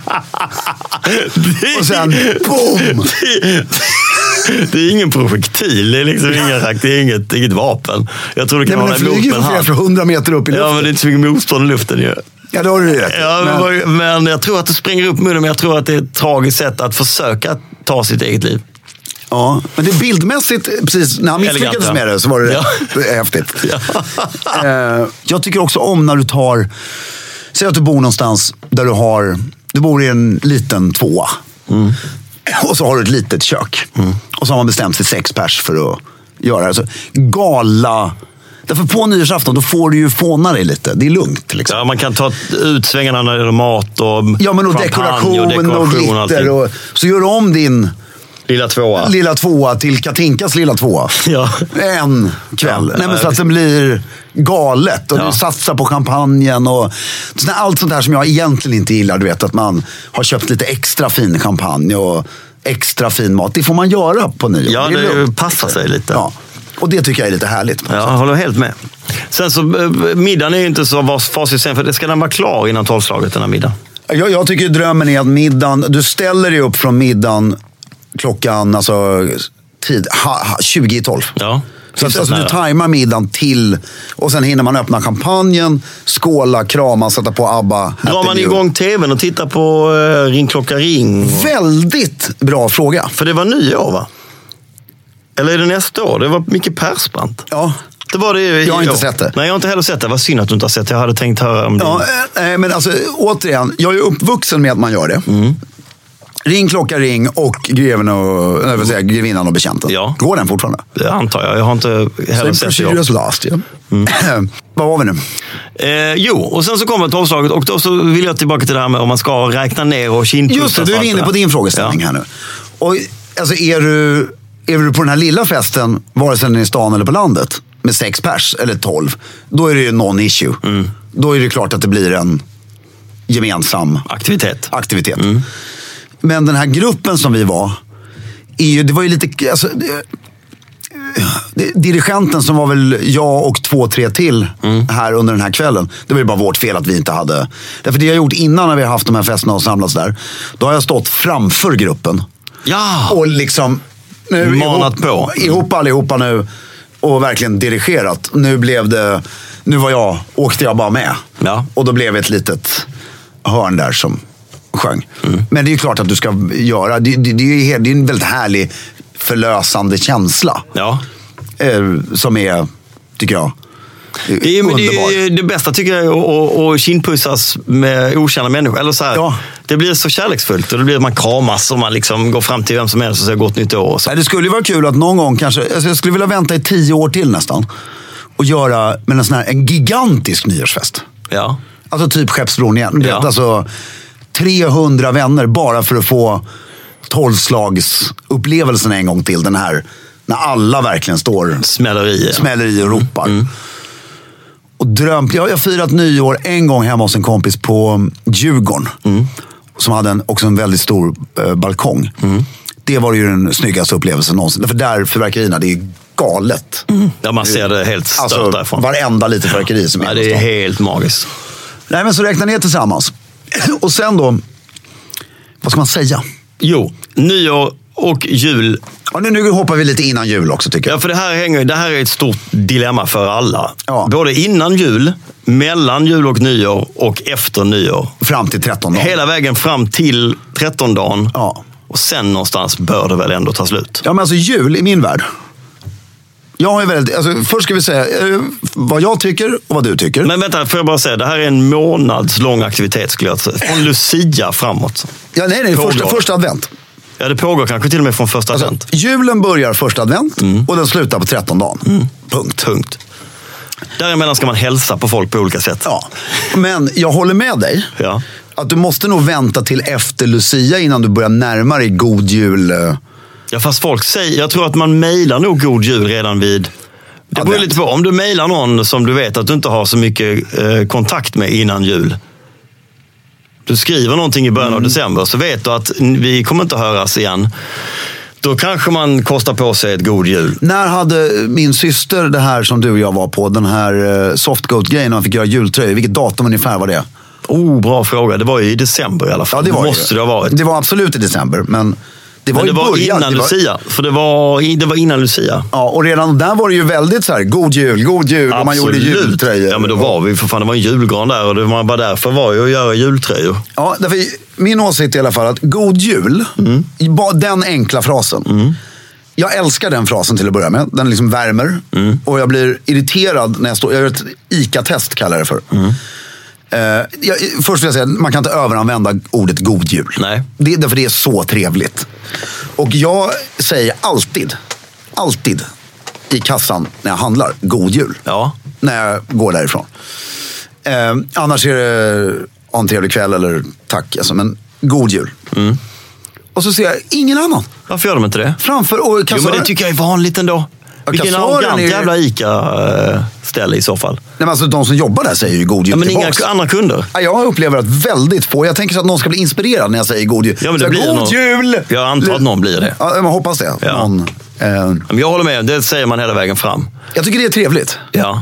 A: Och sen boom!
B: Det är ingen projektil, det är liksom ingen rack, det är inget, inget vapen. Jag tror det
A: Nej,
B: kan
A: men
B: vara
A: den
B: en mot
A: flyger ju
B: med en
A: för flera
B: hand.
A: hundra meter upp i luften.
B: Ja, men det är inte så mycket motstånd i luften ju.
A: Ja, det har du ju rätt i.
B: Ja, men,
A: Men-
B: vad- men jag tror att det spränger upp munnen, men jag tror att det är ett tragiskt sätt att försöka ta sitt eget liv.
A: Ja, men det är bildmässigt, eh, precis när han misslyckades
B: Elegant, ja.
A: med det så var det
B: Ja.
A: rätt häftigt. Eh, Jag tycker också om när du tar, säg att du bor någonstans där du har, du bor i en liten tvåa.
B: Mm.
A: Och så har du ett litet kök. Och så har man bestämt sig sex pers för att göra det. Så, gala... Därför på nyårsafton, då får du ju fåna dig lite. Det är lugnt. Liksom.
B: Ja, man kan ta ut svängarna när det gäller mat och
A: Ja, men och
B: champagne
A: dekoration och, glitter.
B: allting.
A: Och, så gör du om din
B: Lilla tvåa.
A: lilla tvåa till Katinkas lilla tvåa.
B: Ja.
A: En kväll.
B: Ja,
A: Nej, men
B: ja,
A: så att
B: visst.
A: den blir galet och
B: Ja.
A: du satsar på champagnen och sån här- allt sånt där som jag egentligen inte gillar. Du vet att man har köpt lite extra fin champagne och extra fin mat. Det får man göra på nyår.
B: Ja,
A: är
B: det
A: lugnt.
B: passar sig lite.
A: Ja. Och det tycker jag är lite härligt.
B: Ja, jag håller helt med. Sen så, eh, middagen är ju inte så vas- facit sen, för det ska den vara klar innan tolvslaget, den här middagen.
A: Jag, jag tycker drömmen är att middagen, du ställer dig upp från middagen klockan alltså, tid, ha, ha, 20 i 12.
B: Ja.
A: Så att,
B: Hyfsat
A: alltså, du
B: nära.
A: tajmar middagen till och sen hinner man öppna champagnen, skåla, krama, sätta på ABBA.
B: Drar
A: Happy
B: man
A: New.
B: igång tvn och tittar på eh, Ring klocka ring?
A: Väldigt bra fråga.
B: För det var nyår, va? Eller är det nästa år? Det var Micke Persbrandt.
A: Ja.
B: Det var det i
A: Jag har inte
B: år.
A: sett det.
B: Nej, jag har inte heller sett det. Vad synd att du inte har sett det. Jag hade tänkt höra om
A: Ja,
B: det.
A: eh, eh, men alltså, återigen, jag är uppvuxen med att man gör det.
B: Mm.
A: Ring, klocka, ring och greven och, nej, vad säger jag, grevinnan och bekänten.
B: Ja.
A: Går den fortfarande?
B: Det antar jag. Jag har inte
A: Same
B: heller sett det. i
A: procedure
B: år.
A: as last. Ja.
B: Mm.
A: Vad var vi nu?
B: Eh, jo, och sen så kommer tolvslaget och då så vill jag tillbaka till det här med om man ska räkna ner och kindpussas.
A: Just det,
B: och
A: du är
B: allt
A: inne
B: det
A: på
B: här.
A: din frågeställning
B: Ja.
A: här nu. Och, alltså, är, du, är du på den här lilla festen, vare sig den är i stan eller på landet, med sex pers eller tolv, då är det ju non-issue. Då är det klart att det blir en gemensam
B: Aktivitet.
A: aktivitet. Men den här gruppen som vi var, är ju, det var ju lite... Alltså, det, det- dirigenten som var väl jag och två, tre till här under den här kvällen. Det var ju bara vårt fel att vi inte hade... Därför det jag gjort innan när vi har haft de här festerna och samlats där. Då har jag stått framför gruppen
B: Ja!
A: och liksom... Nu,
B: Manat
A: ihop,
B: på.
A: Ihop allihopa nu och verkligen dirigerat. Nu blev det... Nu var jag, åkte jag bara med.
B: Ja.
A: Och då blev ett litet hörn där som sjöng.
B: Mm.
A: Men det är ju klart att du ska göra. Det, det, det är ju he- det är en väldigt härlig förlösande känsla.
B: ja.
A: Eh, som är, tycker jag,
B: Det, är, men det,
A: underbar.
B: är, ju- det bästa tycker jag är att- att- att kindpussas med okända människor. Eller så här,
A: Ja.
B: Det blir så kärleksfullt och det blir att man kramas och man liksom går fram till vem som helst och säger gott nytt år. Och så.
A: Nej, det skulle ju vara kul att någon gång kanske, alltså jag skulle vilja vänta i tio år till nästan. Och göra men en, sån här, en gigantisk nyårsfest.
B: Ja.
A: Alltså typ Skeppsbron igen. Du
B: Ja.
A: Vet, alltså 300 vänner bara för att få tolvslagsupplevelsen en gång till. Den här när alla verkligen står,
B: Smäller i. ja. Mm,
A: smäller i och ropar. Och dröm, jag jag har firat nyår en gång hemma hos en kompis på Djurgården.
B: Mm.
A: Som hade en, också en väldigt stor eh, balkong.
B: Mm.
A: Det var ju den snyggaste upplevelsen någonsin. För där fyrverkerierna, det är ju galet.
B: Ja, man ser det helt Mm. stört
A: Alltså
B: därifrån.
A: varenda litet fyrverkeri som är
B: ja,
A: på
B: det är
A: stan.
B: helt magiskt.
A: Nej, men så räkna ner tillsammans. Och sen då, vad ska man säga?
B: Jo, nyår och jul.
A: Ja, nu, nu hoppar vi lite innan jul också tycker jag.
B: Ja, för det här, hänger, det här är ett stort dilemma för alla.
A: Ja.
B: Både innan jul, mellan jul och nyår och efter nyår.
A: Fram till 13 dagar.
B: Hela vägen fram till 13 dagen.
A: Ja.
B: Och sen någonstans bör det väl ändå ta slut.
A: Ja, men alltså jul i min värld. Jag har ju väldigt, alltså, först ska vi säga eh, vad jag tycker och vad du tycker.
B: Men vänta, får jag bara säga. Det här är en månadslång aktivitet skulle jag säga. Från Lucia framåt.
A: ja, nej, nej, första,
B: pågår.
A: första advent.
B: Ja, det pågår kanske till och med från första
A: Alltså,
B: advent. Mm.
A: julen börjar första advent och den slutar på trettondagen. Punkt.
B: Punkt. Däremellan ska man hälsa på folk på olika sätt.
A: Ja. Men jag håller med dig.
B: Ja.
A: Att du måste nog vänta till efter Lucia innan du börjar närma dig god jul. eh,
B: Ja, fast folk säger, jag tror att man mejlar nog god jul redan vid... Det beror
A: Advent.
B: lite på. Om du mejlar någon som du vet att du inte har så mycket eh, kontakt med innan jul. Du skriver någonting i början
A: Mm.
B: av december så vet du att n- vi kommer inte höras igen. Då kanske man kostar på sig ett god jul.
A: När hade min syster det här som du och jag var på, den här eh, softgoat-grejen när man fick göra jultröjor? Vilket datum ungefär var det?
B: Oh, bra fråga. Det var ju i december i alla fall. Måste det ha varit.
A: Det var absolut i december, men det var
B: Men det
A: i
B: var
A: början.
B: innan
A: det var,
B: Lucia. För det var, i- det var innan Lucia.
A: Ja, och redan där var det ju väldigt så här, god jul, god jul. Och man gjorde jultröjor.
B: Ja, men då var vi för fan, det var en julgran där och det var bara därför var ju att göra jultröjor.
A: Ja, därför, min åsikt är i alla fall att god jul, bara den enkla frasen. Jag älskar den frasen till att börja med. Den liksom värmer. Och jag blir irriterad när jag står... Jag gör ett ICA-test, kallar jag det för. Eh, jag, först vill jag säga, man kan inte överanvända ordet god jul.
B: Nej.
A: Det, är därför det är så trevligt. Och jag säger alltid, alltid i kassan när jag handlar, god jul.
B: Ja.
A: När jag går därifrån. Eh, annars är det eh, ha en trevlig kväll eller tack. Alltså, men god jul.
B: Mm.
A: Och så ser jag ingen annan
B: Varför gör de inte det?
A: framför. Och
B: Jo, men
A: kassören-
B: det tycker jag är vanligt ändå. Vilken
A: kassören
B: arrogant
A: är ju-
B: jävla ICA-ställe i så fall.
A: Nej, men alltså, de som jobbar där säger ju god jul
B: Ja, men inga
A: tillbaks.
B: andra kunder.
A: Ja, Jag upplever att väldigt få, jag tänker så att någon ska bli inspirerad när jag säger god jul.
B: Ja, men
A: så
B: det blir
A: god
B: någon-
A: jul!
B: Jag antar att någon blir det.
A: Ja, man hoppas det.
B: Ja.
A: Någon, eh,
B: Men jag håller med, det säger man hela vägen fram.
A: jag tycker det är trevligt.
B: Ja.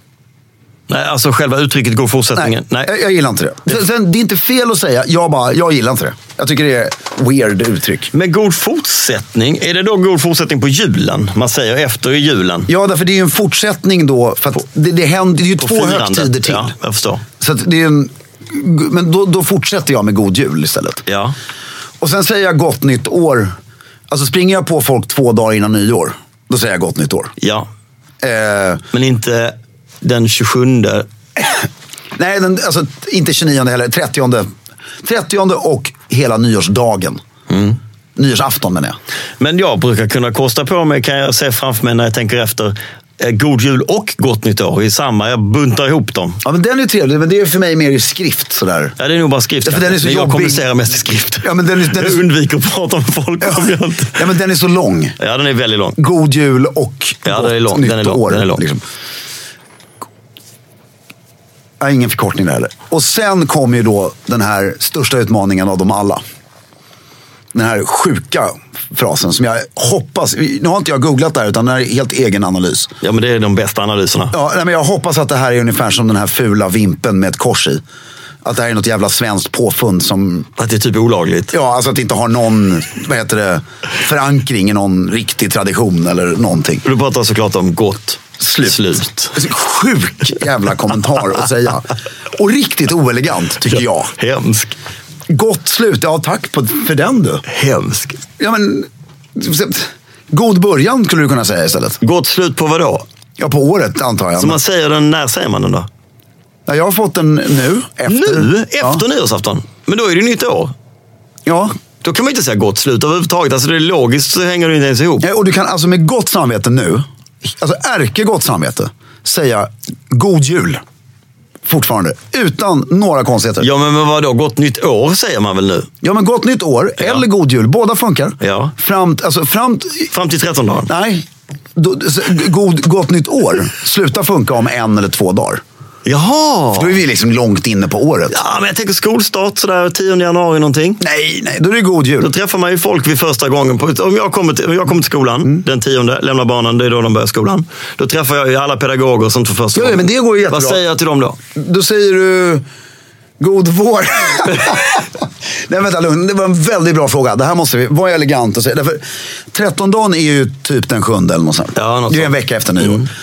B: Nej, alltså själva uttrycket går fortsättningen. Nej.
A: Jag, jag gillar inte det. Sen, sen, det är inte fel att säga, jag bara, jag gillar inte det. Jag tycker det är weird uttryck.
B: Men god fortsättning, är det då god fortsättning på julen? Man säger efter julen.
A: Ja, därför det är ju en fortsättning då. För att det, det, händer, det är ju
B: På
A: två
B: firandet.
A: högtider till.
B: Ja, jag förstår.
A: Så att det är en, men då, då fortsätter jag med god jul istället.
B: Ja.
A: Och sen säger jag gott nytt år. Alltså springer jag på folk två dagar innan nyår, då säger jag gott nytt år.
B: ja.
A: Eh,
B: Men inte den 27.
A: nej, den, alltså, inte 29 heller. 30, 30 och hela nyårsdagen.
B: Mm.
A: Nyårsafton menar jag.
B: Men jag brukar kunna kosta på mig, kan jag se framför mig när jag tänker efter, eh, god jul och gott nytt år i samma. Jag buntar ihop dem.
A: Ja, men den är ju trevlig, men det är för mig mer i skrift sådär.
B: Ja, det är nog bara skrift.
A: Ja, för den är så
B: men jag
A: jobbig.
B: kommunicerar mest i skrift.
A: Ja, men den är- den är-
B: Jag undviker att prata med folk. om jag inte-
A: Ja, men den är så lång.
B: Ja, den är väldigt lång.
A: God jul och
B: Ja,
A: gott
B: den är lång,
A: nytt
B: den är lång,
A: år. liksom.
B: den är lång.
A: Ja, ingen förkortning där heller. Och sen kommer ju då den här största utmaningen av dem alla. Den här sjuka frasen som jag hoppas, nu har inte jag googlat det här utan det här är helt egen analys.
B: Ja, men det är de bästa analyserna.
A: Ja, nej, men jag hoppas att det här är ungefär som den här fula vimpen med ett kors i. Att det här är något jävla svenskt påfund som
B: Att det är typ olagligt.
A: Ja, alltså att det inte har någon vad heter det, förankring i någon riktig tradition eller någonting.
B: Du pratar såklart om gott
A: Slut.
B: slut.
A: Alltså, Sjuk jävla kommentar att säga. Och riktigt oelegant, tycker jag.
B: Hemsk.
A: Gott slut, ja tack på, för den du.
B: Hemsk.
A: Ja, men, god början skulle du kunna säga istället.
B: Gott slut på vad då?
A: Ja, på året antar jag.
B: Så man säger den, när säger man den då?
A: Ja, jag har fått den nu. Efter.
B: Nu? Efter
A: Ja.
B: nyårsafton? Men då är det nytt år.
A: ja.
B: Då kan man inte säga gott slut överhuvudtaget. Alltså det är logiskt så hänger det inte ens ihop.
A: Ja, Och du kan alltså med gott samvete nu, alltså ärkegott samvete, säga god jul. fortfarande. Utan några konstigheter. Ja,
B: Ja, men, men vadå? Gott nytt år säger man väl nu?
A: men gott nytt år eller god jul. Båda funkar.
B: Ja.
A: Fram, alltså, fram,
B: Fram till 13 dagen?
A: nej, då, så, god, gott nytt år slutar funka om en eller två dagar.
B: Jaha!
A: Då är vi liksom långt inne på året.
B: Ja, men jag tänker skolstart sådär 10 januari någonting.
A: Nej, nej, då är det god
B: Då
A: jul.
B: träffar man ju folk vid första gången. På, om, jag kommer till, om jag kommer till skolan
A: Mm.
B: den tionde, lämnar barnen, det är då de börjar skolan. Då träffar jag ju alla pedagoger som för första
A: Jo,
B: gången.
A: men det går ju jättebra.
B: Vad säger jag till dem då?
A: Då säger du god vår. Nej, vänta lugn. Det var en väldigt bra fråga. Det här måste vi vara elegant och säga. Därför, 13 dagen är ju typ den sjunde eller något sånt.
B: Ja, något
A: det är en
B: sånt. Mm.
A: vecka efter nyår.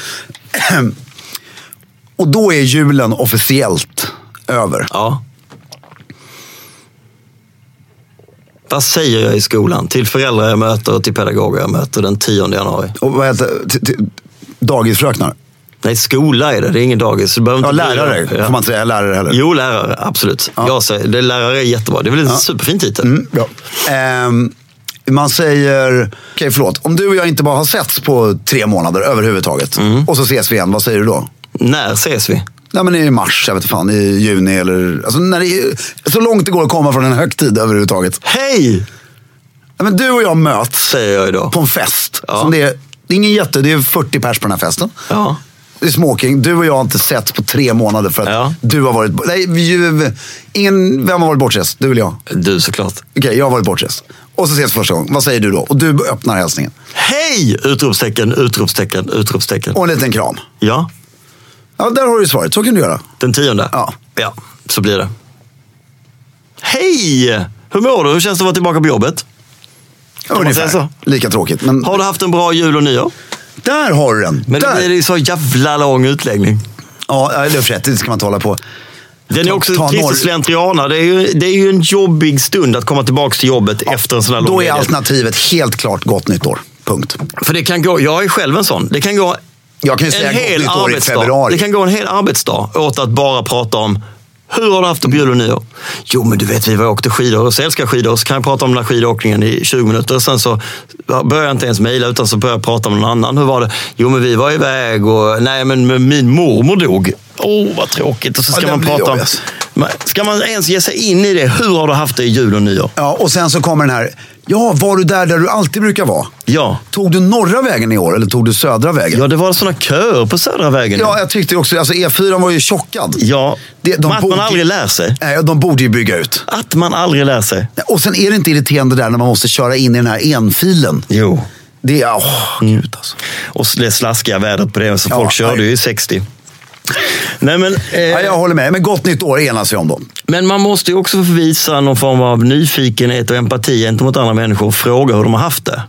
A: och då är julen officiellt över.
B: Ja. Vad säger jag i skolan till föräldrar jag möter och till pedagoger jag möter den 10 januari?
A: Och vad heter t- t- Dagisfröknar?
B: Nej, skola är det. Det är ingen dagis. Du behöver
A: Ja,
B: inte bry dig.
A: lärare. Får man inte säga lärare heller?
B: Jo, lärare. Absolut. Jag säger, det, lärare är jättebra. Det är väl en superfin titel.
A: Mm, bra. Ehm, man säger, okej förlåt, om du och jag inte bara har setts på tre månader överhuvudtaget och så ses vi igen, vad säger du då?
B: När ses vi?
A: Nej men i mars, jag vet inte fan, i juni eller... Alltså när det är, så långt det går att komma från en högtid överhuvudtaget.
B: Hej!
A: Nej, men du och jag möts
B: Säger jag idag.
A: på en fest.
B: Ja.
A: Som det, är, det är ingen jätte, det är 40 pers på den här festen.
B: Ja.
A: Det är smoking, du och jag har inte setts på tre månader för att
B: Ja.
A: du har varit... Nej, vi, ingen, vem har varit bortrest? Du eller jag?
B: Du såklart.
A: Okej, jag har varit bortrest. Och så ses vi första gången. Vad säger du då? Och du öppnar hälsningen.
B: Hej! Utropstecken, utropstecken, utropstecken.
A: Och en liten kram.
B: Ja,
A: Ja, där har du svaret. Så kan du göra.
B: den tionde.
A: Ja.
B: ja, så blir det. Hej! Hur mår du? Hur känns det att vara tillbaka på jobbet?
A: Ungefär.
B: säga
A: Lika tråkigt. Men
B: Har du haft en bra jul och nyår?
A: där har du den.
B: Men det
A: där.
B: blir ju så jävla lång utläggning.
A: Ja, ja, det är rätt. Det ska man tala på.
B: Den är
A: Ta-
B: också
A: ta
B: trist
A: norr.
B: och slentriana. Det är, ju, det är ju en jobbig stund att komma tillbaka till jobbet efter en sån här lång
A: Då är
B: ledighet.
A: alternativet helt klart gott nytt år. Punkt.
B: För det kan gå, jag är själv en sån. Det kan gå
A: Jag kan ju säga
B: en
A: gott
B: hel
A: nytt år i
B: arbetsdag.
A: februari.
B: Det kan gå en hel arbetsdag åt att bara prata om hur har du haft det på jul och nyår? Jo, men du vet, vi var och åkte skidor och så älskar jag skidor. Så kan jag prata om den här skidåkningen i 20 minuter. Och sen så börjar jag inte ens mejla utan så börjar jag prata om någon annan. Hur var det? Jo, men vi var iväg och nej, men min mormor dog. Åh, oh, vad tråkigt. Och så
A: Ja,
B: ska
A: den
B: man
A: blir
B: prata om...
A: jobbig, alltså.
B: Men Ska man ens ge sig in i det? Hur har du haft det i jul och nyår?
A: Ja, och sen så kommer den här. Ja, var du där där du alltid brukar vara?
B: Ja.
A: Tog du norra vägen i år eller tog du södra vägen?
B: Ja, det var såna köer på Södra vägen.
A: Ja, jag tyckte också, alltså E4 var ju tjockad.
B: ja.
A: Det- de
B: Men att man
A: borde-
B: aldrig lär sig.
A: Nej, de borde ju bygga ut.
B: Att man aldrig lär sig.
A: Och sen är det inte irriterande där när man måste köra in i den här enfilen.
B: Jo.
A: Det är, åh,
B: Mm.
A: gud alltså.
B: Och det slaskiga vädret på det, så
A: Ja,
B: folk körde
A: nej.
B: ju i 60. Nej, men, eh,
A: Ja, jag håller med, men gott nytt år enas vi om då.
B: men man måste ju också få visa någon form av nyfikenhet och empati gentemot andra människor och fråga hur de har haft det.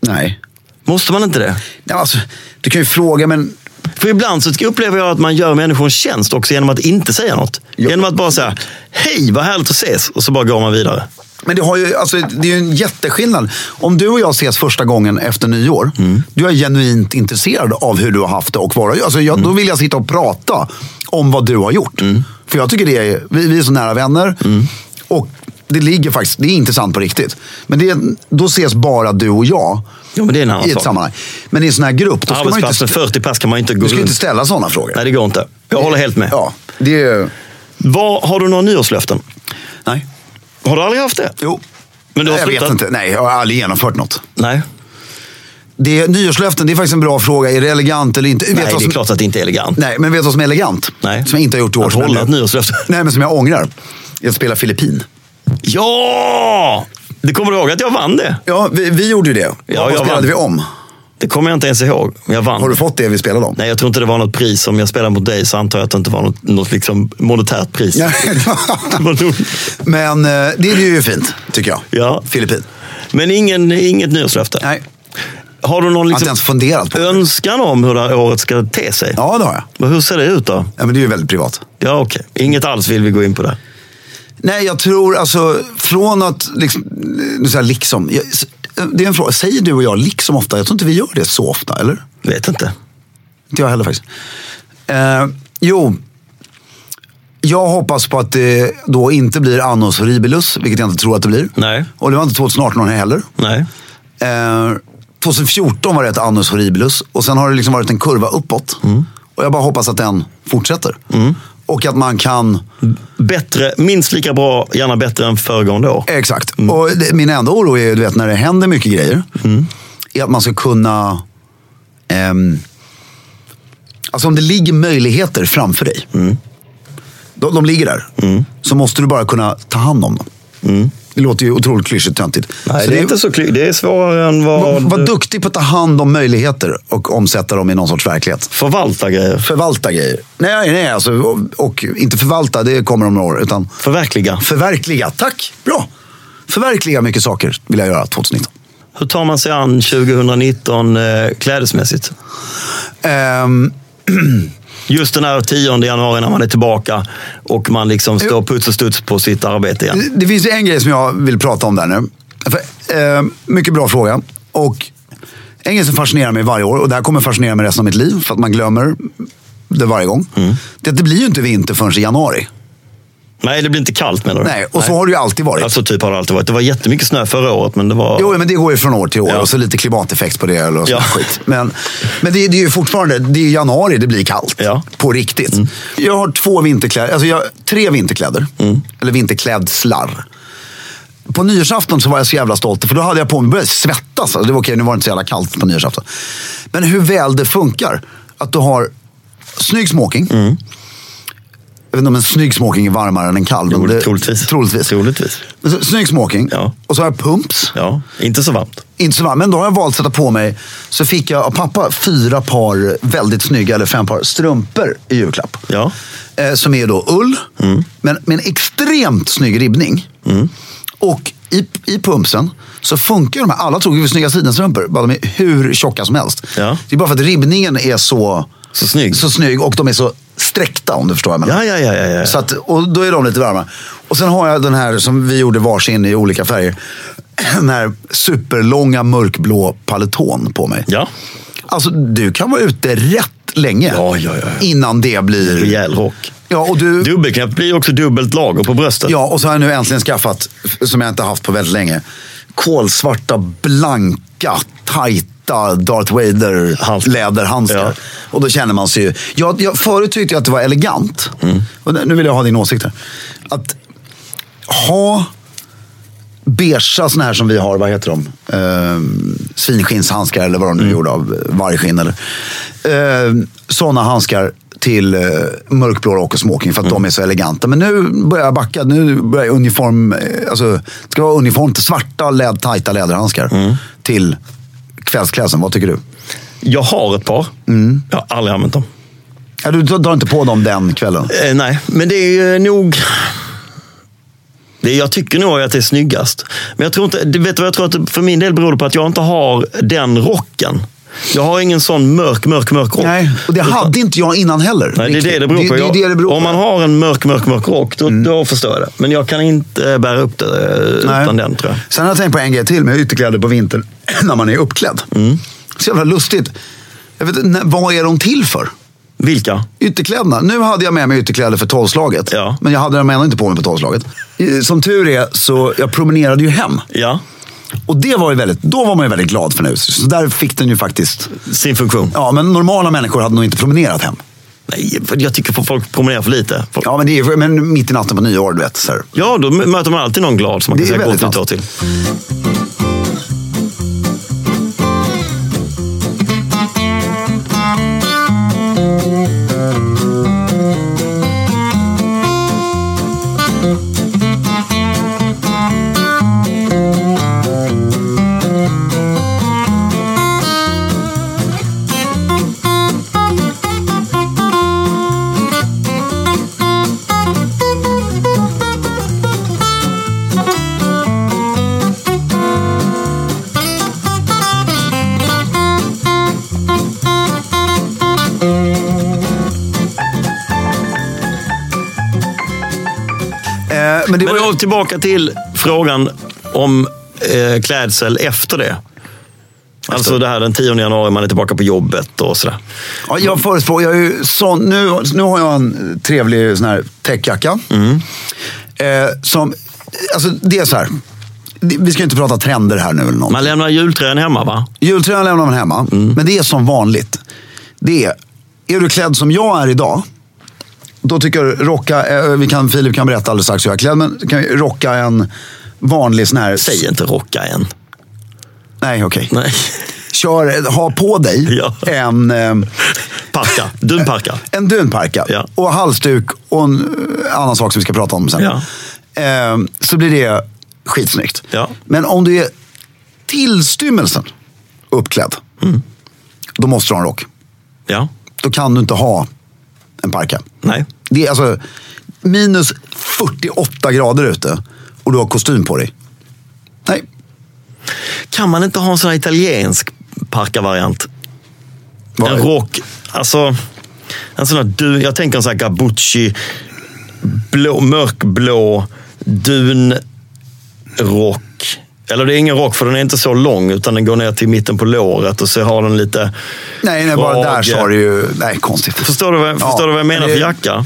A: Nej.
B: Måste man inte det?
A: Ja, alltså, du kan ju fråga, men
B: För ibland så upplever jag att man gör människor en tjänst också genom att inte säga något.
A: Ja.
B: Genom att bara säga, hej vad härligt att ses, och så bara går man vidare.
A: Men det, har ju, alltså, det är ju en jätteskillnad. Om du och jag ses första gången efter nyår. Du är genuint intresserad av hur du har haft det och vad du har alltså, jag, Då vill jag sitta och prata om vad du har gjort. För jag tycker det är, vi, vi är så nära vänner. Och det ligger faktiskt, det är intressant på riktigt. Men det, då ses bara du och jag
B: Ja, men det är en annan
A: i ett
B: sak.
A: sammanhang. Men i en sån här grupp, då ska man ju
B: Arbetsplats
A: inte,
B: med 40 pass kan man ju inte gå
A: du ska ju
B: runt.
A: inte ställa sådana frågor.
B: Nej, det går inte. Jag håller helt med.
A: Ja, det är,
B: Vad, har du några nyårslöften?
A: nej.
B: Har du aldrig haft det?
A: Jo.
B: Men du har
A: jag vet
B: slutat?
A: inte. Nej, jag har aldrig genomfört något.
B: Nej.
A: Det, nyårslöften, det är faktiskt en bra fråga. Är det elegant eller inte?
B: Nej,
A: du vad
B: det är
A: som,
B: klart att det inte är elegant.
A: Nej, men vet du vad som är elegant?
B: Nej. Alltså,
A: Som jag inte har gjort i år.
B: Att
A: som jag-
B: hålla ett nyårslöfte.
A: Nej, men som jag ångrar. Jag spelar Filippin.
B: Ja! Det kommer du ihåg att jag vann det?
A: Ja, vi, vi gjorde ju det.
B: jag
A: Vad
B: vann.
A: spelade vi om?
B: Det kommer jag inte ens ihåg. men Jag vann.
A: Har du fått det vi spelade om?
B: Nej, jag tror inte det var något pris. Om jag spelade mot dig så antar jag att det inte var något, något liksom monetärt pris. Det var nog-
A: men eh, det, det är ju fint, tycker jag.
B: Ja.
A: Filippin.
B: Men ingen, inget nyårslöfte?
A: Nej,
B: Har du någon
A: jag har inte
B: liksom
A: ens funderat på det.
B: önskan om hur det här året ska te sig?
A: Ja, det har jag.
B: Men Hur ser det ut då?
A: Ja, men det är ju väldigt privat.
B: Ja, okej. Inget alls vill vi gå in på det.
A: Nej, jag tror alltså från att liksom, nu säger jag liksom jag, det är en fråga. Säger du och jag liksom ofta? Jag tror inte vi gör det så ofta, eller?
B: Vet inte.
A: Inte jag heller faktiskt. Eh, jo, jag hoppas på att det då inte blir Annos horribilus, vilket jag inte tror att det blir.
B: Nej.
A: Och det var inte 2018 heller.
B: Nej.
A: Eh, 2014 var det ett Annos horribilus och sen har det liksom varit en kurva uppåt. Och jag bara hoppas att den fortsätter. Och att man kan...
B: Bättre, minst lika bra, gärna bättre än föregående år.
A: Exakt.
B: Mm.
A: Och det, min enda oro är ju, du vet, när det händer mycket grejer. Är att man ska kunna... ehm, alltså om det ligger möjligheter framför dig.
B: Mm.
A: De, de ligger där. Så måste du bara kunna ta hand om dem. Det låter ju otroligt klyschigt töntigt.
B: Mm. Nej,
A: Så
B: det är
A: det-
B: inte så kly- Det är svårare än
A: Var,
B: vad...
A: var duktig på att ta hand om möjligheter och omsätta dem i någon sorts verklighet.
B: Förvalta grejer.
A: Förvalta grejer. Nej, nej alltså, och, och inte förvalta, det kommer om några år. Utan
B: Förverkliga.
A: förverkliga. Tack, bra. Förverkliga mycket saker vill jag göra 2019.
B: Hur tar man sig an 2019 eh, klädesmässigt?
A: Ehm,
B: Just den här 10 januari när man är tillbaka och man liksom står puts och studs på sitt arbete igen.
A: det, det finns ju en grej som jag vill prata om där nu. För, ehm, mycket bra fråga. Och en grej som fascinerar mig varje år och det här kommer fascinera mig resten av mitt liv för att man glömmer det varje gång. Det, är att det blir ju inte vinter förrän i januari.
B: Nej, det blir inte kallt menar du?
A: Nej, och så har det ju alltid varit.
B: Alltså typ har det alltid varit. Det var jättemycket snö förra året, men det var...
A: Jo, men det går ju från år till år
B: Ja.
A: och så lite klimateffekt på det eller ja.
B: Ja.
A: skit. Men, men det, är- det är ju fortfarande, det är ju januari det blir kallt.
B: Ja. Mm.
A: På riktigt. Jag har två vinterkläder, alltså jag, har tre vinterkläder.
B: Mm.
A: Eller vinterklädslar. På nyårsafton så var jag så jävla stolt, för då hade jag på mig, började svettas. Alltså, det var okej, nu var det inte så jävla kallt på nyårsafton. Men hur väl det funkar. Att du har snygg smoking.
B: Mm.
A: Jag vet inte om en snygg smoking är varmare än en kall. men
B: Jo,
A: det-
B: troligtvis.
A: troligtvis.
B: Troligtvis.
A: Men så- Snygg smoking.
B: Ja.
A: Och så har jag pumps
B: Ja, inte så varmt.
A: inte så varm, men då har jag valt att sätta på mig. Så fick jag av pappa fyra par väldigt snygga, eller fem par, strumpor i julklapp.
B: Ja. Mm.
A: Eh, som är då ull, men med en extremt snygg ribbning. Och i, i pumpsen så funkar de här. Alla tror ju snygga sidenstrumpor, bara de är hur tjocka som helst.
B: Ja.
A: Det är bara för att ribbningen är så,
B: Så snygg.
A: så snygg och de är så sträckta om du förstår vad jag menar.
B: Ja, ja, ja. ja, ja.
A: Så att, och då är de lite varma. Och sen har jag den här som vi gjorde varsin i olika färger. Den här superlånga mörkblå paletån på mig.
B: ja.
A: Alltså du kan vara ute rätt länge
B: Ja, ja, ja.
A: innan det blir...
B: Rejäl rock.
A: Ja, och du...
B: Dubbelknäpp blir också dubbelt lager på bröstet.
A: Ja, och så har jag nu äntligen skaffat, f- som jag inte haft på väldigt länge, kolsvarta, blanka, tajta Darth Vader
B: Hals-
A: läderhandskar.
B: Ja.
A: Och då känner man sig ju... Jag, jag, förut tyckte jag att det var elegant. Och nu nu vill jag ha din åsikt här. Att ha beigea såna här som vi har, vad heter de? Ehm, svinskinnshandskar eller vad de nu är gjorde av eh, vargskinn. Eller. Ehm, såna handskar till eh, mörkblå rock och smoking för att de är så eleganta. Men nu börjar jag backa. Nu börjar jag uniform, eh, alltså, det ska vara uniform till svarta, läd, tajta läderhandskar till kvällsklädseln. Vad tycker du?
B: Jag har ett par.
A: Mm.
B: Jag har aldrig använt dem.
A: Ja, du drar inte på dem den kvällen?
B: Eh, nej, men det är ju nog... Det, jag tycker nog att det är snyggast. Men jag tror inte... Du vet vad jag tror att det- för min del beror det på att jag inte har den rocken. Jag har ingen sån mörk, mörk, mörk rock.
A: Nej, och det hade inte jag innan heller.
B: Nej, det är det det beror på.
A: Det, det, är det det beror på. Mm.
B: Om man har en mörk, mörk, mörk rock, då, då förstår jag det. Men jag kan inte eh, bära upp det eh,
A: Nej.
B: utan den, tror jag.
A: Sen har jag tänkt på en grej till med ytterkläder på vintern när man är uppklädd.
B: Mm.
A: Så jävla lustigt. Jag vet, inte, när- vad är de till för?
B: Vilka?
A: Ytterkläderna. Nu hade jag med mig ytterkläder för tolvslaget.
B: Ja.
A: Men jag hade dem ändå inte på mig på tolvslaget. Eh, Som tur är så jag promenerade ju hem.
B: Ja,
A: Och det var ju väldigt, då var man ju väldigt glad för nu. Så där fick den ju faktiskt...
B: sin funktion.
A: Ja, men normala människor hade nog inte promenerat hem.
B: Nej, för jag tycker folk promenerar för lite. Folk... Ja.
A: Ja, men, det är, men mitt i natten på nyår, du vet. Så här. Eh,
B: då m- möter man alltid någon glad som man
A: Det
B: kan
A: är
B: säga gott
A: väldigt
B: nytt år
A: sant.
B: till.
A: Eh, men det var
B: Men
A: ju...
B: då tillbaka till frågan om eh, klädsel efter det. Alltså det här den 10 januari, man är tillbaka på jobbet och sådär.
A: Ja, jag förespråkar jag är ju sån, nu, nu har jag en trevlig sån här täckjacka.
B: Mm.
A: Eh, som, alltså det är så här. Det- Vi ska ju inte prata trender här nu eller något.
B: Man Mm. lämnar julträn hemma va?
A: Jultröjan lämnar man hemma, men det är som vanligt. Det är Är du klädd som jag är idag, då tycker jag rocka, eh, vi kan, Filip kan berätta alldeles strax hur jag är klädd, men du kan ju rocka en vanlig sån här...
B: Säg inte rocka än.
A: Nej, okej.
B: Nej.
A: Kör, ha på dig
B: Ja.
A: en, eh,
B: Parka. Dunparka.
A: en dunparka
B: Ja.
A: och halsduk och en eh, annan sak som vi ska prata om sen.
B: Ja.
A: Eh, så blir det skitsnyggt.
B: Ja.
A: Men om du är tillstymmelsen uppklädd,
B: Mm.
A: då måste du ha en rock.
B: Ja.
A: Då kan du inte ha en parka.
B: Nej.
A: Det är alltså minus 48 grader ute och du har kostym på dig. Nej,
B: Kan man inte ha en sån här italiensk parka-variant?
A: Vad-
B: En rock. Alltså, en sån här du, jag tänker en sån här Gabucci. Blå, mörkblå dunrock. Eller det är ingen rock för den är inte så lång utan den går ner till mitten på låret och så har den lite...
A: nej, nej bara där
B: Krage.
A: sa du ju... Nej, konstigt.
B: Förstår du vad, förstår du vad jag menar
A: det-
B: för jacka?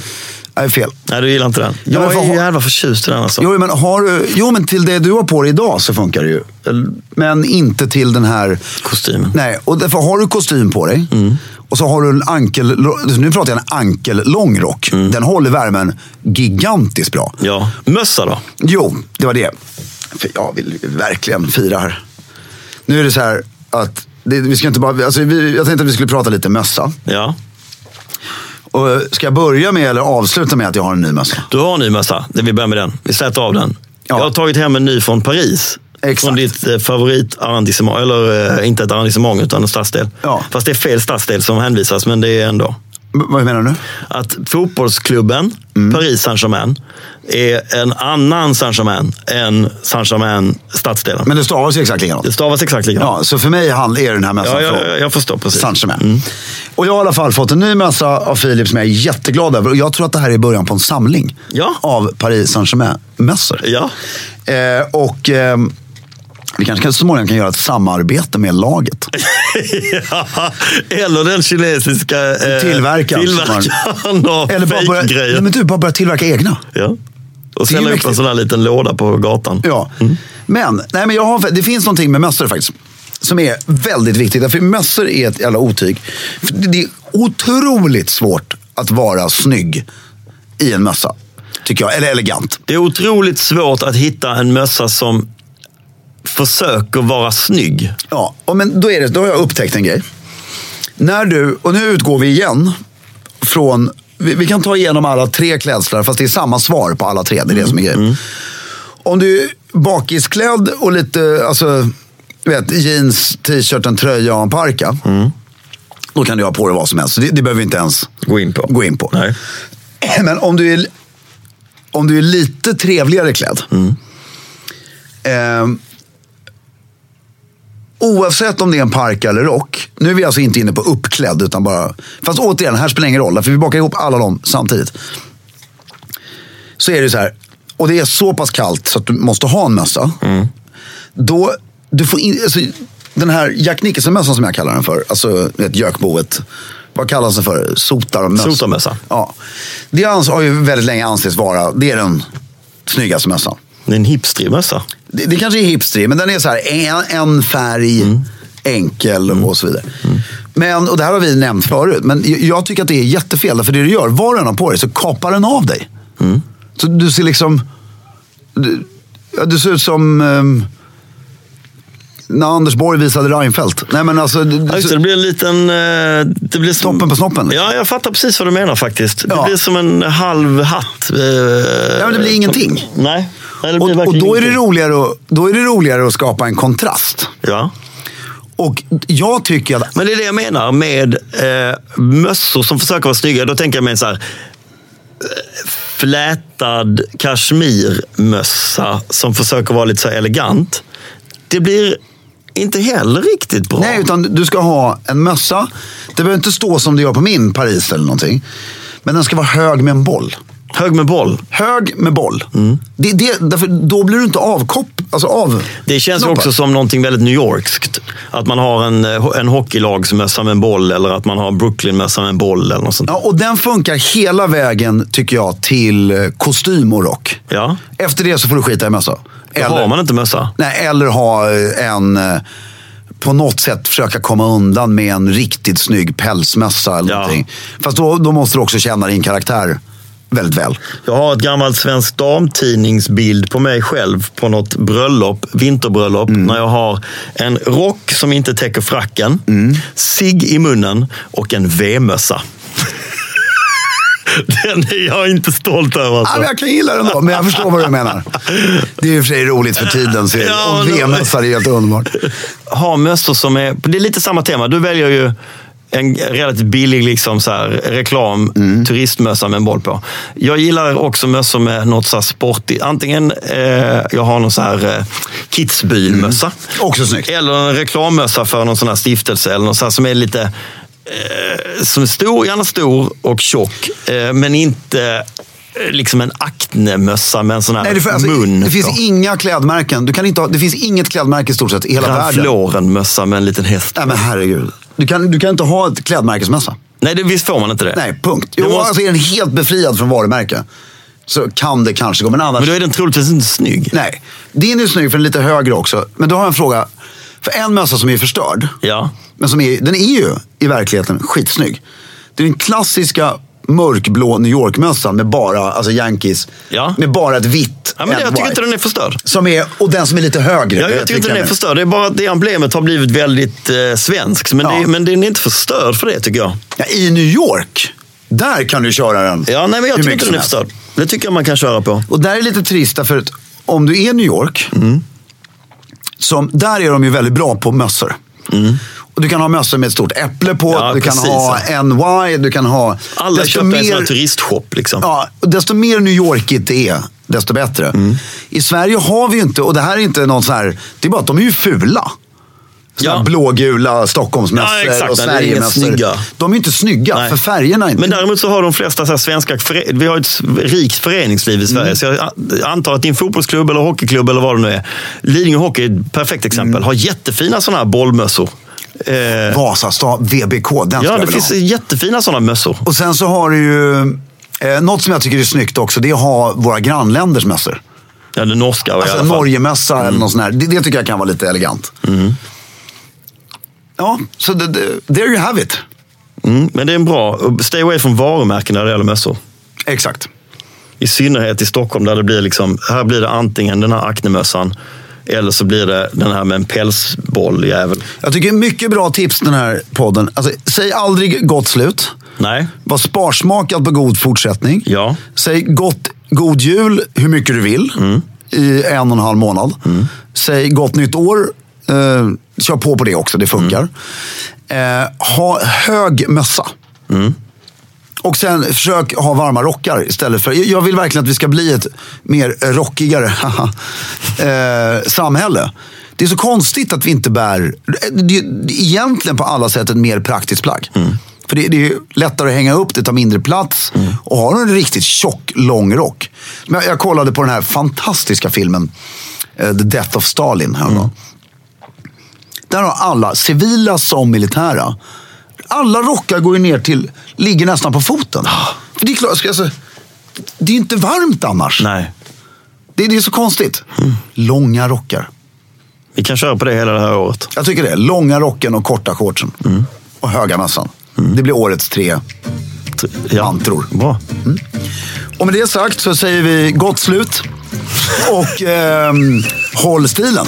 A: Nej, fel.
B: Nej, du gillar inte den.
A: Ja, men
B: Jag är
A: för-
B: ju jävla förtjust i den alltså.
A: Jo men, har du, jo, men till det du har på dig idag så funkar det ju. Eller- Men inte till den här...
B: Kostymen.
A: Nej, och därför har du kostym på dig.
B: Mm.
A: Och så har du en ankel... Nu pratar jag en ankellång rock.
B: Mm.
A: Den håller värmen gigantiskt bra.
B: Ja. Mössa då?
A: Jo, det var det. För jag vill ju verkligen fira här. Nu är det så här att... Det, vi ska inte bara, alltså vi, jag tänkte att vi skulle prata lite mössa.
B: Ja.
A: Och eh, ska jag börja med eller avsluta med att jag har en ny mössa?
B: Du har en ny mössa. Det- Vi börjar med den. Vi slätar av den.
A: Ja.
B: Jag har tagit hem en ny från Paris.
A: Exakt.
B: Från ditt eh, favoritarrangemang, eller eh, inte ett arrangemang utan en stadsdel.
A: Ja.
B: Fast det är fel stadsdel som hänvisas, men det är ändå.
A: M- vad menar du?
B: Att fotbollsklubben
A: Mm.
B: Paris Saint-Germain är en annan Saint-Germain än Saint-Germain stadsdelen.
A: Men det stavas ju exakt likadant.
B: det stavas exakt likadant.
A: Ja, så för mig handl- är den här mössan
B: Ja,
A: från
B: jag, jag förstår precis. Mm.
A: Saint Germain. Och jag har i alla fall fått en ny mössa av Philip som jag är jätteglad över. Och jag tror att det här är början på en samling
B: Ja.
A: av Paris Saint Germain-mössor.
B: Ja.
A: Eh, och ehm, vi kanske kan, så småningom kan göra ett samarbete med laget.
B: Ja, Eller den kinesiska eh,
A: Tillverkaren som har-
B: tillverkaren av
A: Eller bara börja,
B: fejkgrejer.
A: nej, men du, bara börja tillverka egna.
B: Ja. Och
A: Det är ju
B: ställa upp en
A: mäktigt.
B: sån här liten låda på gatan.
A: Ja.
B: Mm.
A: Men, nej, men jag har, det finns någonting med mössor faktiskt. Som är väldigt viktigt. Därför mössor är ett jävla otyg. För Det det är otroligt svårt att vara snygg i en mössa. Tycker jag. Eller elegant.
B: Det är otroligt svårt att hitta en mössa som försöker vara snygg.
A: Ja, och men då, är det, då har jag upptäckt en grej. När du, och nu utgår vi igen från, vi, vi kan ta igenom alla tre klädslar fast det är samma svar på alla tre. Det är det som är grejen. Om du är bakisklädd och lite, alltså, du vet, jeans, t-shirt, en tröja och en parka. Då kan du ha på dig vad som helst. Så Det, det behöver vi inte ens
B: Gå in på.
A: gå in på.
B: Nej.
A: Men om du är, om du är lite trevligare klädd. Ehm, oavsett om det är en parka eller rock. Nu är vi alltså inte inne på uppklädd. Utan bara, fast återigen, här spelar det ingen roll. För vi bakar ihop alla dem samtidigt. Så är det så här. Och det är så pass kallt så att du måste ha en mössa. Då, du får in, alltså, den här Jack Nicholson-mössan som jag kallar den för. Alltså, du vet, gökboet. Vad kallas den för? Sotarmössa.
B: Sotarmössa.
A: Ja. Det ans- har ju väldigt länge ansetts vara, det är den snyggaste mössan.
B: Det är en hipstrig mössa.
A: Det, det kanske är hipstrig, men den är så här en, en färg,
B: Mm.
A: enkel och så vidare. Men, och det här har vi nämnt förut, men jag, jag tycker att det är jättefel. För det du gör, var du än har på dig så kapar den av dig.
B: Mm.
A: Så du ser liksom... Du, ja, du ser ut som... ehm, när Anders Borg visade Reinfeldt. Nej men alltså... Du,
B: Ja,
A: du,
B: just det, det blir en liten... eh, Det blir som,
A: Toppen på snoppen. liksom.
B: Ja, jag fattar precis vad du menar faktiskt.
A: Ja.
B: Det blir som en halv hatt. eh,
A: Ja, men det blir ingenting.
B: Nej. Nej det
A: Och,
B: blir
A: och
B: verkligen
A: då, är det
B: ingenting.
A: roligare att, då är det roligare att skapa en kontrast.
B: Ja.
A: Och jag tycker att
B: Men det är det jag menar med eh, mössor som försöker vara snygga. Då tänker jag mig en så här eh, flätad kashmirmössa som försöker vara lite så här elegant. Det blir inte heller riktigt bra.
A: Nej, utan du ska ha en mössa. Det behöver inte stå som det gör på min Paris eller någonting. Men den ska vara hög med en boll.
B: Hög med boll.
A: Hög med boll.
B: Mm.
A: Det, det, därför, då blir du inte avkopp, alltså av...
B: Det känns ju
A: knoppad.
B: också som någonting väldigt New Yorkskt. Att man har en, eh, ho- en hockeylagsmössa med en boll eller att man har en Brooklynmössa med en boll eller något sånt.
A: Ja, och den funkar hela vägen, tycker jag, till eh, kostym och rock.
B: Ja.
A: Efter det så får du skita i mössa.
B: Då har man inte mössa.
A: nej, eller ha eh, en eh, på något sätt försöka komma undan med en riktigt snygg pälsmössa eller
B: Ja.
A: någonting. Fast då, då måste du också känna din karaktär väldigt väl.
B: Jag har ett gammalt svensk damtidningsbild på mig själv på något bröllop, vinterbröllop,
A: Mm.
B: när jag har en rock som inte täcker fracken,
A: Mm.
B: cigg i munnen och en V-mössa. Den är jag inte stolt över.
A: Ja,
B: Alltså.
A: men jag kan gilla den då, men jag förstår vad du menar. Det är ju i och för sig roligt för tiden. Så
B: Ja,
A: och
B: men-
A: VM-mössar är helt underbart.
B: ha mössor som är... Det är lite samma tema. Du väljer ju en relativt billig liksom så här, reklam,
A: Mm.
B: turistmössa med en boll på. Jag gillar också mössor med något så här sportigt. Antingen eh, jag har någon så här eh, Kitzbühel-mössa.
A: Mm. Också snyggt.
B: Eller en reklammössa för någon sån här stiftelse eller något så här som är lite eh, som är stor, gärna stor och tjock, eh, men inte eh, liksom en Acne-mössa med en sån här
A: Nej, det, får- alltså,
B: mun.
A: det finns
B: på.
A: inga klädmärken. Du kan inte ha, det finns inget klädmärke i stort sett i hela
B: Ralph
A: världen.
B: Lauren-mössa med en liten häst.
A: Nej men herregud. Du kan, du kan inte ha ett klädmärkesmössa.
B: Nej, det, visst får man inte det?
A: Nej, punkt. Jo,
B: Det måste-
A: alltså, är den helt befriad från varumärke så kan det kanske gå. Men annars...
B: Men då är den troligtvis inte snygg.
A: Nej. Din är snygg för den är lite högre också. Men då har jag en fråga. För en mössa som är förstörd,
B: Ja.
A: men som är, den är ju i verkligheten skitsnygg. Det är den klassiska mörkblå New York-mössan med bara, alltså Yankees,
B: Ja.
A: med bara ett vitt
B: ja men det, jag
A: and
B: tycker
A: white.
B: inte den är förstörd.
A: Som är, och den som är lite högre.
B: Jag,
A: vet
B: jag tycker inte
A: vilken
B: den är
A: jag menar.
B: förstörd. Det är bara att det emblemet har blivit väldigt eh, svenskt. Men,
A: Ja.
B: det, men den är inte förstörd för det tycker jag.
A: Ja, I New York, där kan du köra den.
B: Ja, nej, men jag
A: hur
B: tycker
A: mycket
B: inte den är
A: som helst.
B: förstörd. Det tycker jag man kan köra på.
A: Och där är det lite trist, för att om du är New York,
B: Mm.
A: som, där är de ju väldigt bra på mössor. Och du kan ha mössor med ett stort äpple på,
B: Mm. Ja,
A: du
B: precis,
A: kan ha NY, du kan ha...
B: Alla
A: desto
B: köper en sån här turistshop. Liksom.
A: Ja, och desto mer New Yorkigt det är, desto bättre.
B: Mm.
A: I Sverige har vi ju inte, och det här är inte någon sån här, det är bara att de är ju fula. Såna
B: Ja.
A: här blågula Stockholmsmässor
B: Ja, exakt.
A: och
B: Nej, det är inga
A: Sverigemässor.
B: snygga.
A: De är ju inte snygga,
B: Nej.
A: för färgerna är inte...
B: Men däremot så har de flesta så här svenska... före- Vi har ett s- rikt
A: Mm.
B: föreningsliv i Sverige. Så jag a- antar att din fotbollsklubb eller hockeyklubb eller vad det nu är. Lidingö Hockey är ett perfekt exempel.
A: Mm.
B: Har jättefina sådana här bollmössor. Eh, ja,
A: Vasastan, VBK, den skulle jag vilja
B: det finns
A: ha.
B: jättefina sådana mössor.
A: Och sen så har du ju, eh, något som jag tycker är snyggt också, det är att ha våra grannländers mössor.
B: Ja, den norska i
A: Alltså
B: alla
A: en
B: fall. Mm.
A: Norgemössa eller något sånt här. Det, det tycker jag kan vara lite elegant. Ja, så det, det, there you have it.
B: Mm, men det är en bra... Stay away från varumärken när det gäller mössor.
A: Exakt.
B: I synnerhet i Stockholm där det blir liksom... Här blir det antingen den här Acne-mössan eller så blir det den här med en pälsbolljävel.
A: Jag tycker mycket bra tips den här podden. Alltså, säg aldrig gott slut.
B: Nej.
A: Var sparsmakad på god fortsättning.
B: Ja.
A: Säg gott, god jul hur mycket du vill i en och en halv månad. Säg gott nytt år. Eh, kör på på det också, det funkar. Eh, ha hög mössa. Och sen försök ha varma rockar istället för... Jag vill verkligen att vi ska bli ett mer rockigare haha, eh, samhälle. Det är så konstigt att vi inte bär... Det är egentligen på alla sätt ett mer praktiskt plagg. För det, det är lättare att hänga upp, det tar mindre plats. Och har du en riktigt tjock, lång rock. Men jag, jag kollade på den här fantastiska filmen eh, The Death of Stalin. Här Där har alla, civila som militära, alla rockar går ju ner till, ligger nästan på foten. För det är klart, ska- alltså, det är ju inte varmt annars.
B: Nej.
A: Det, det är så konstigt. Långa rockar.
B: Vi kan köra på det hela det här året.
A: Jag tycker det. Långa rocken och korta shortsen.
B: Mm.
A: Och höga mössan. Det blir årets tre
B: Ja.
A: mantror.
B: Bra.
A: Och med det sagt så säger vi gott slut. Och ehm, håll stilen.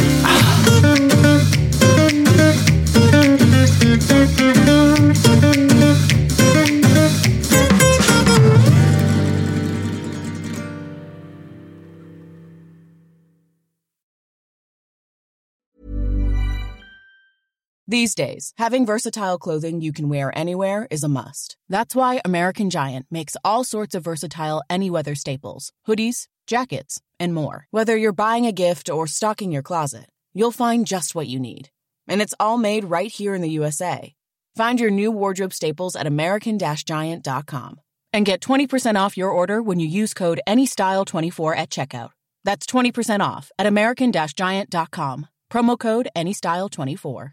E: These days, having versatile clothing you can wear anywhere is a must. That's why American Giant makes all sorts of versatile any weather staples, hoodies, jackets, and more. Whether you're buying a gift or stocking your closet, you'll find just what you need. And it's all made right here in the USA. Find your new wardrobe staples at american-giant.com and get 20% off your order when you use code ANYSTYLE24 at checkout. That's 20% off at american-giant.com. Promo code ANYSTYLE24.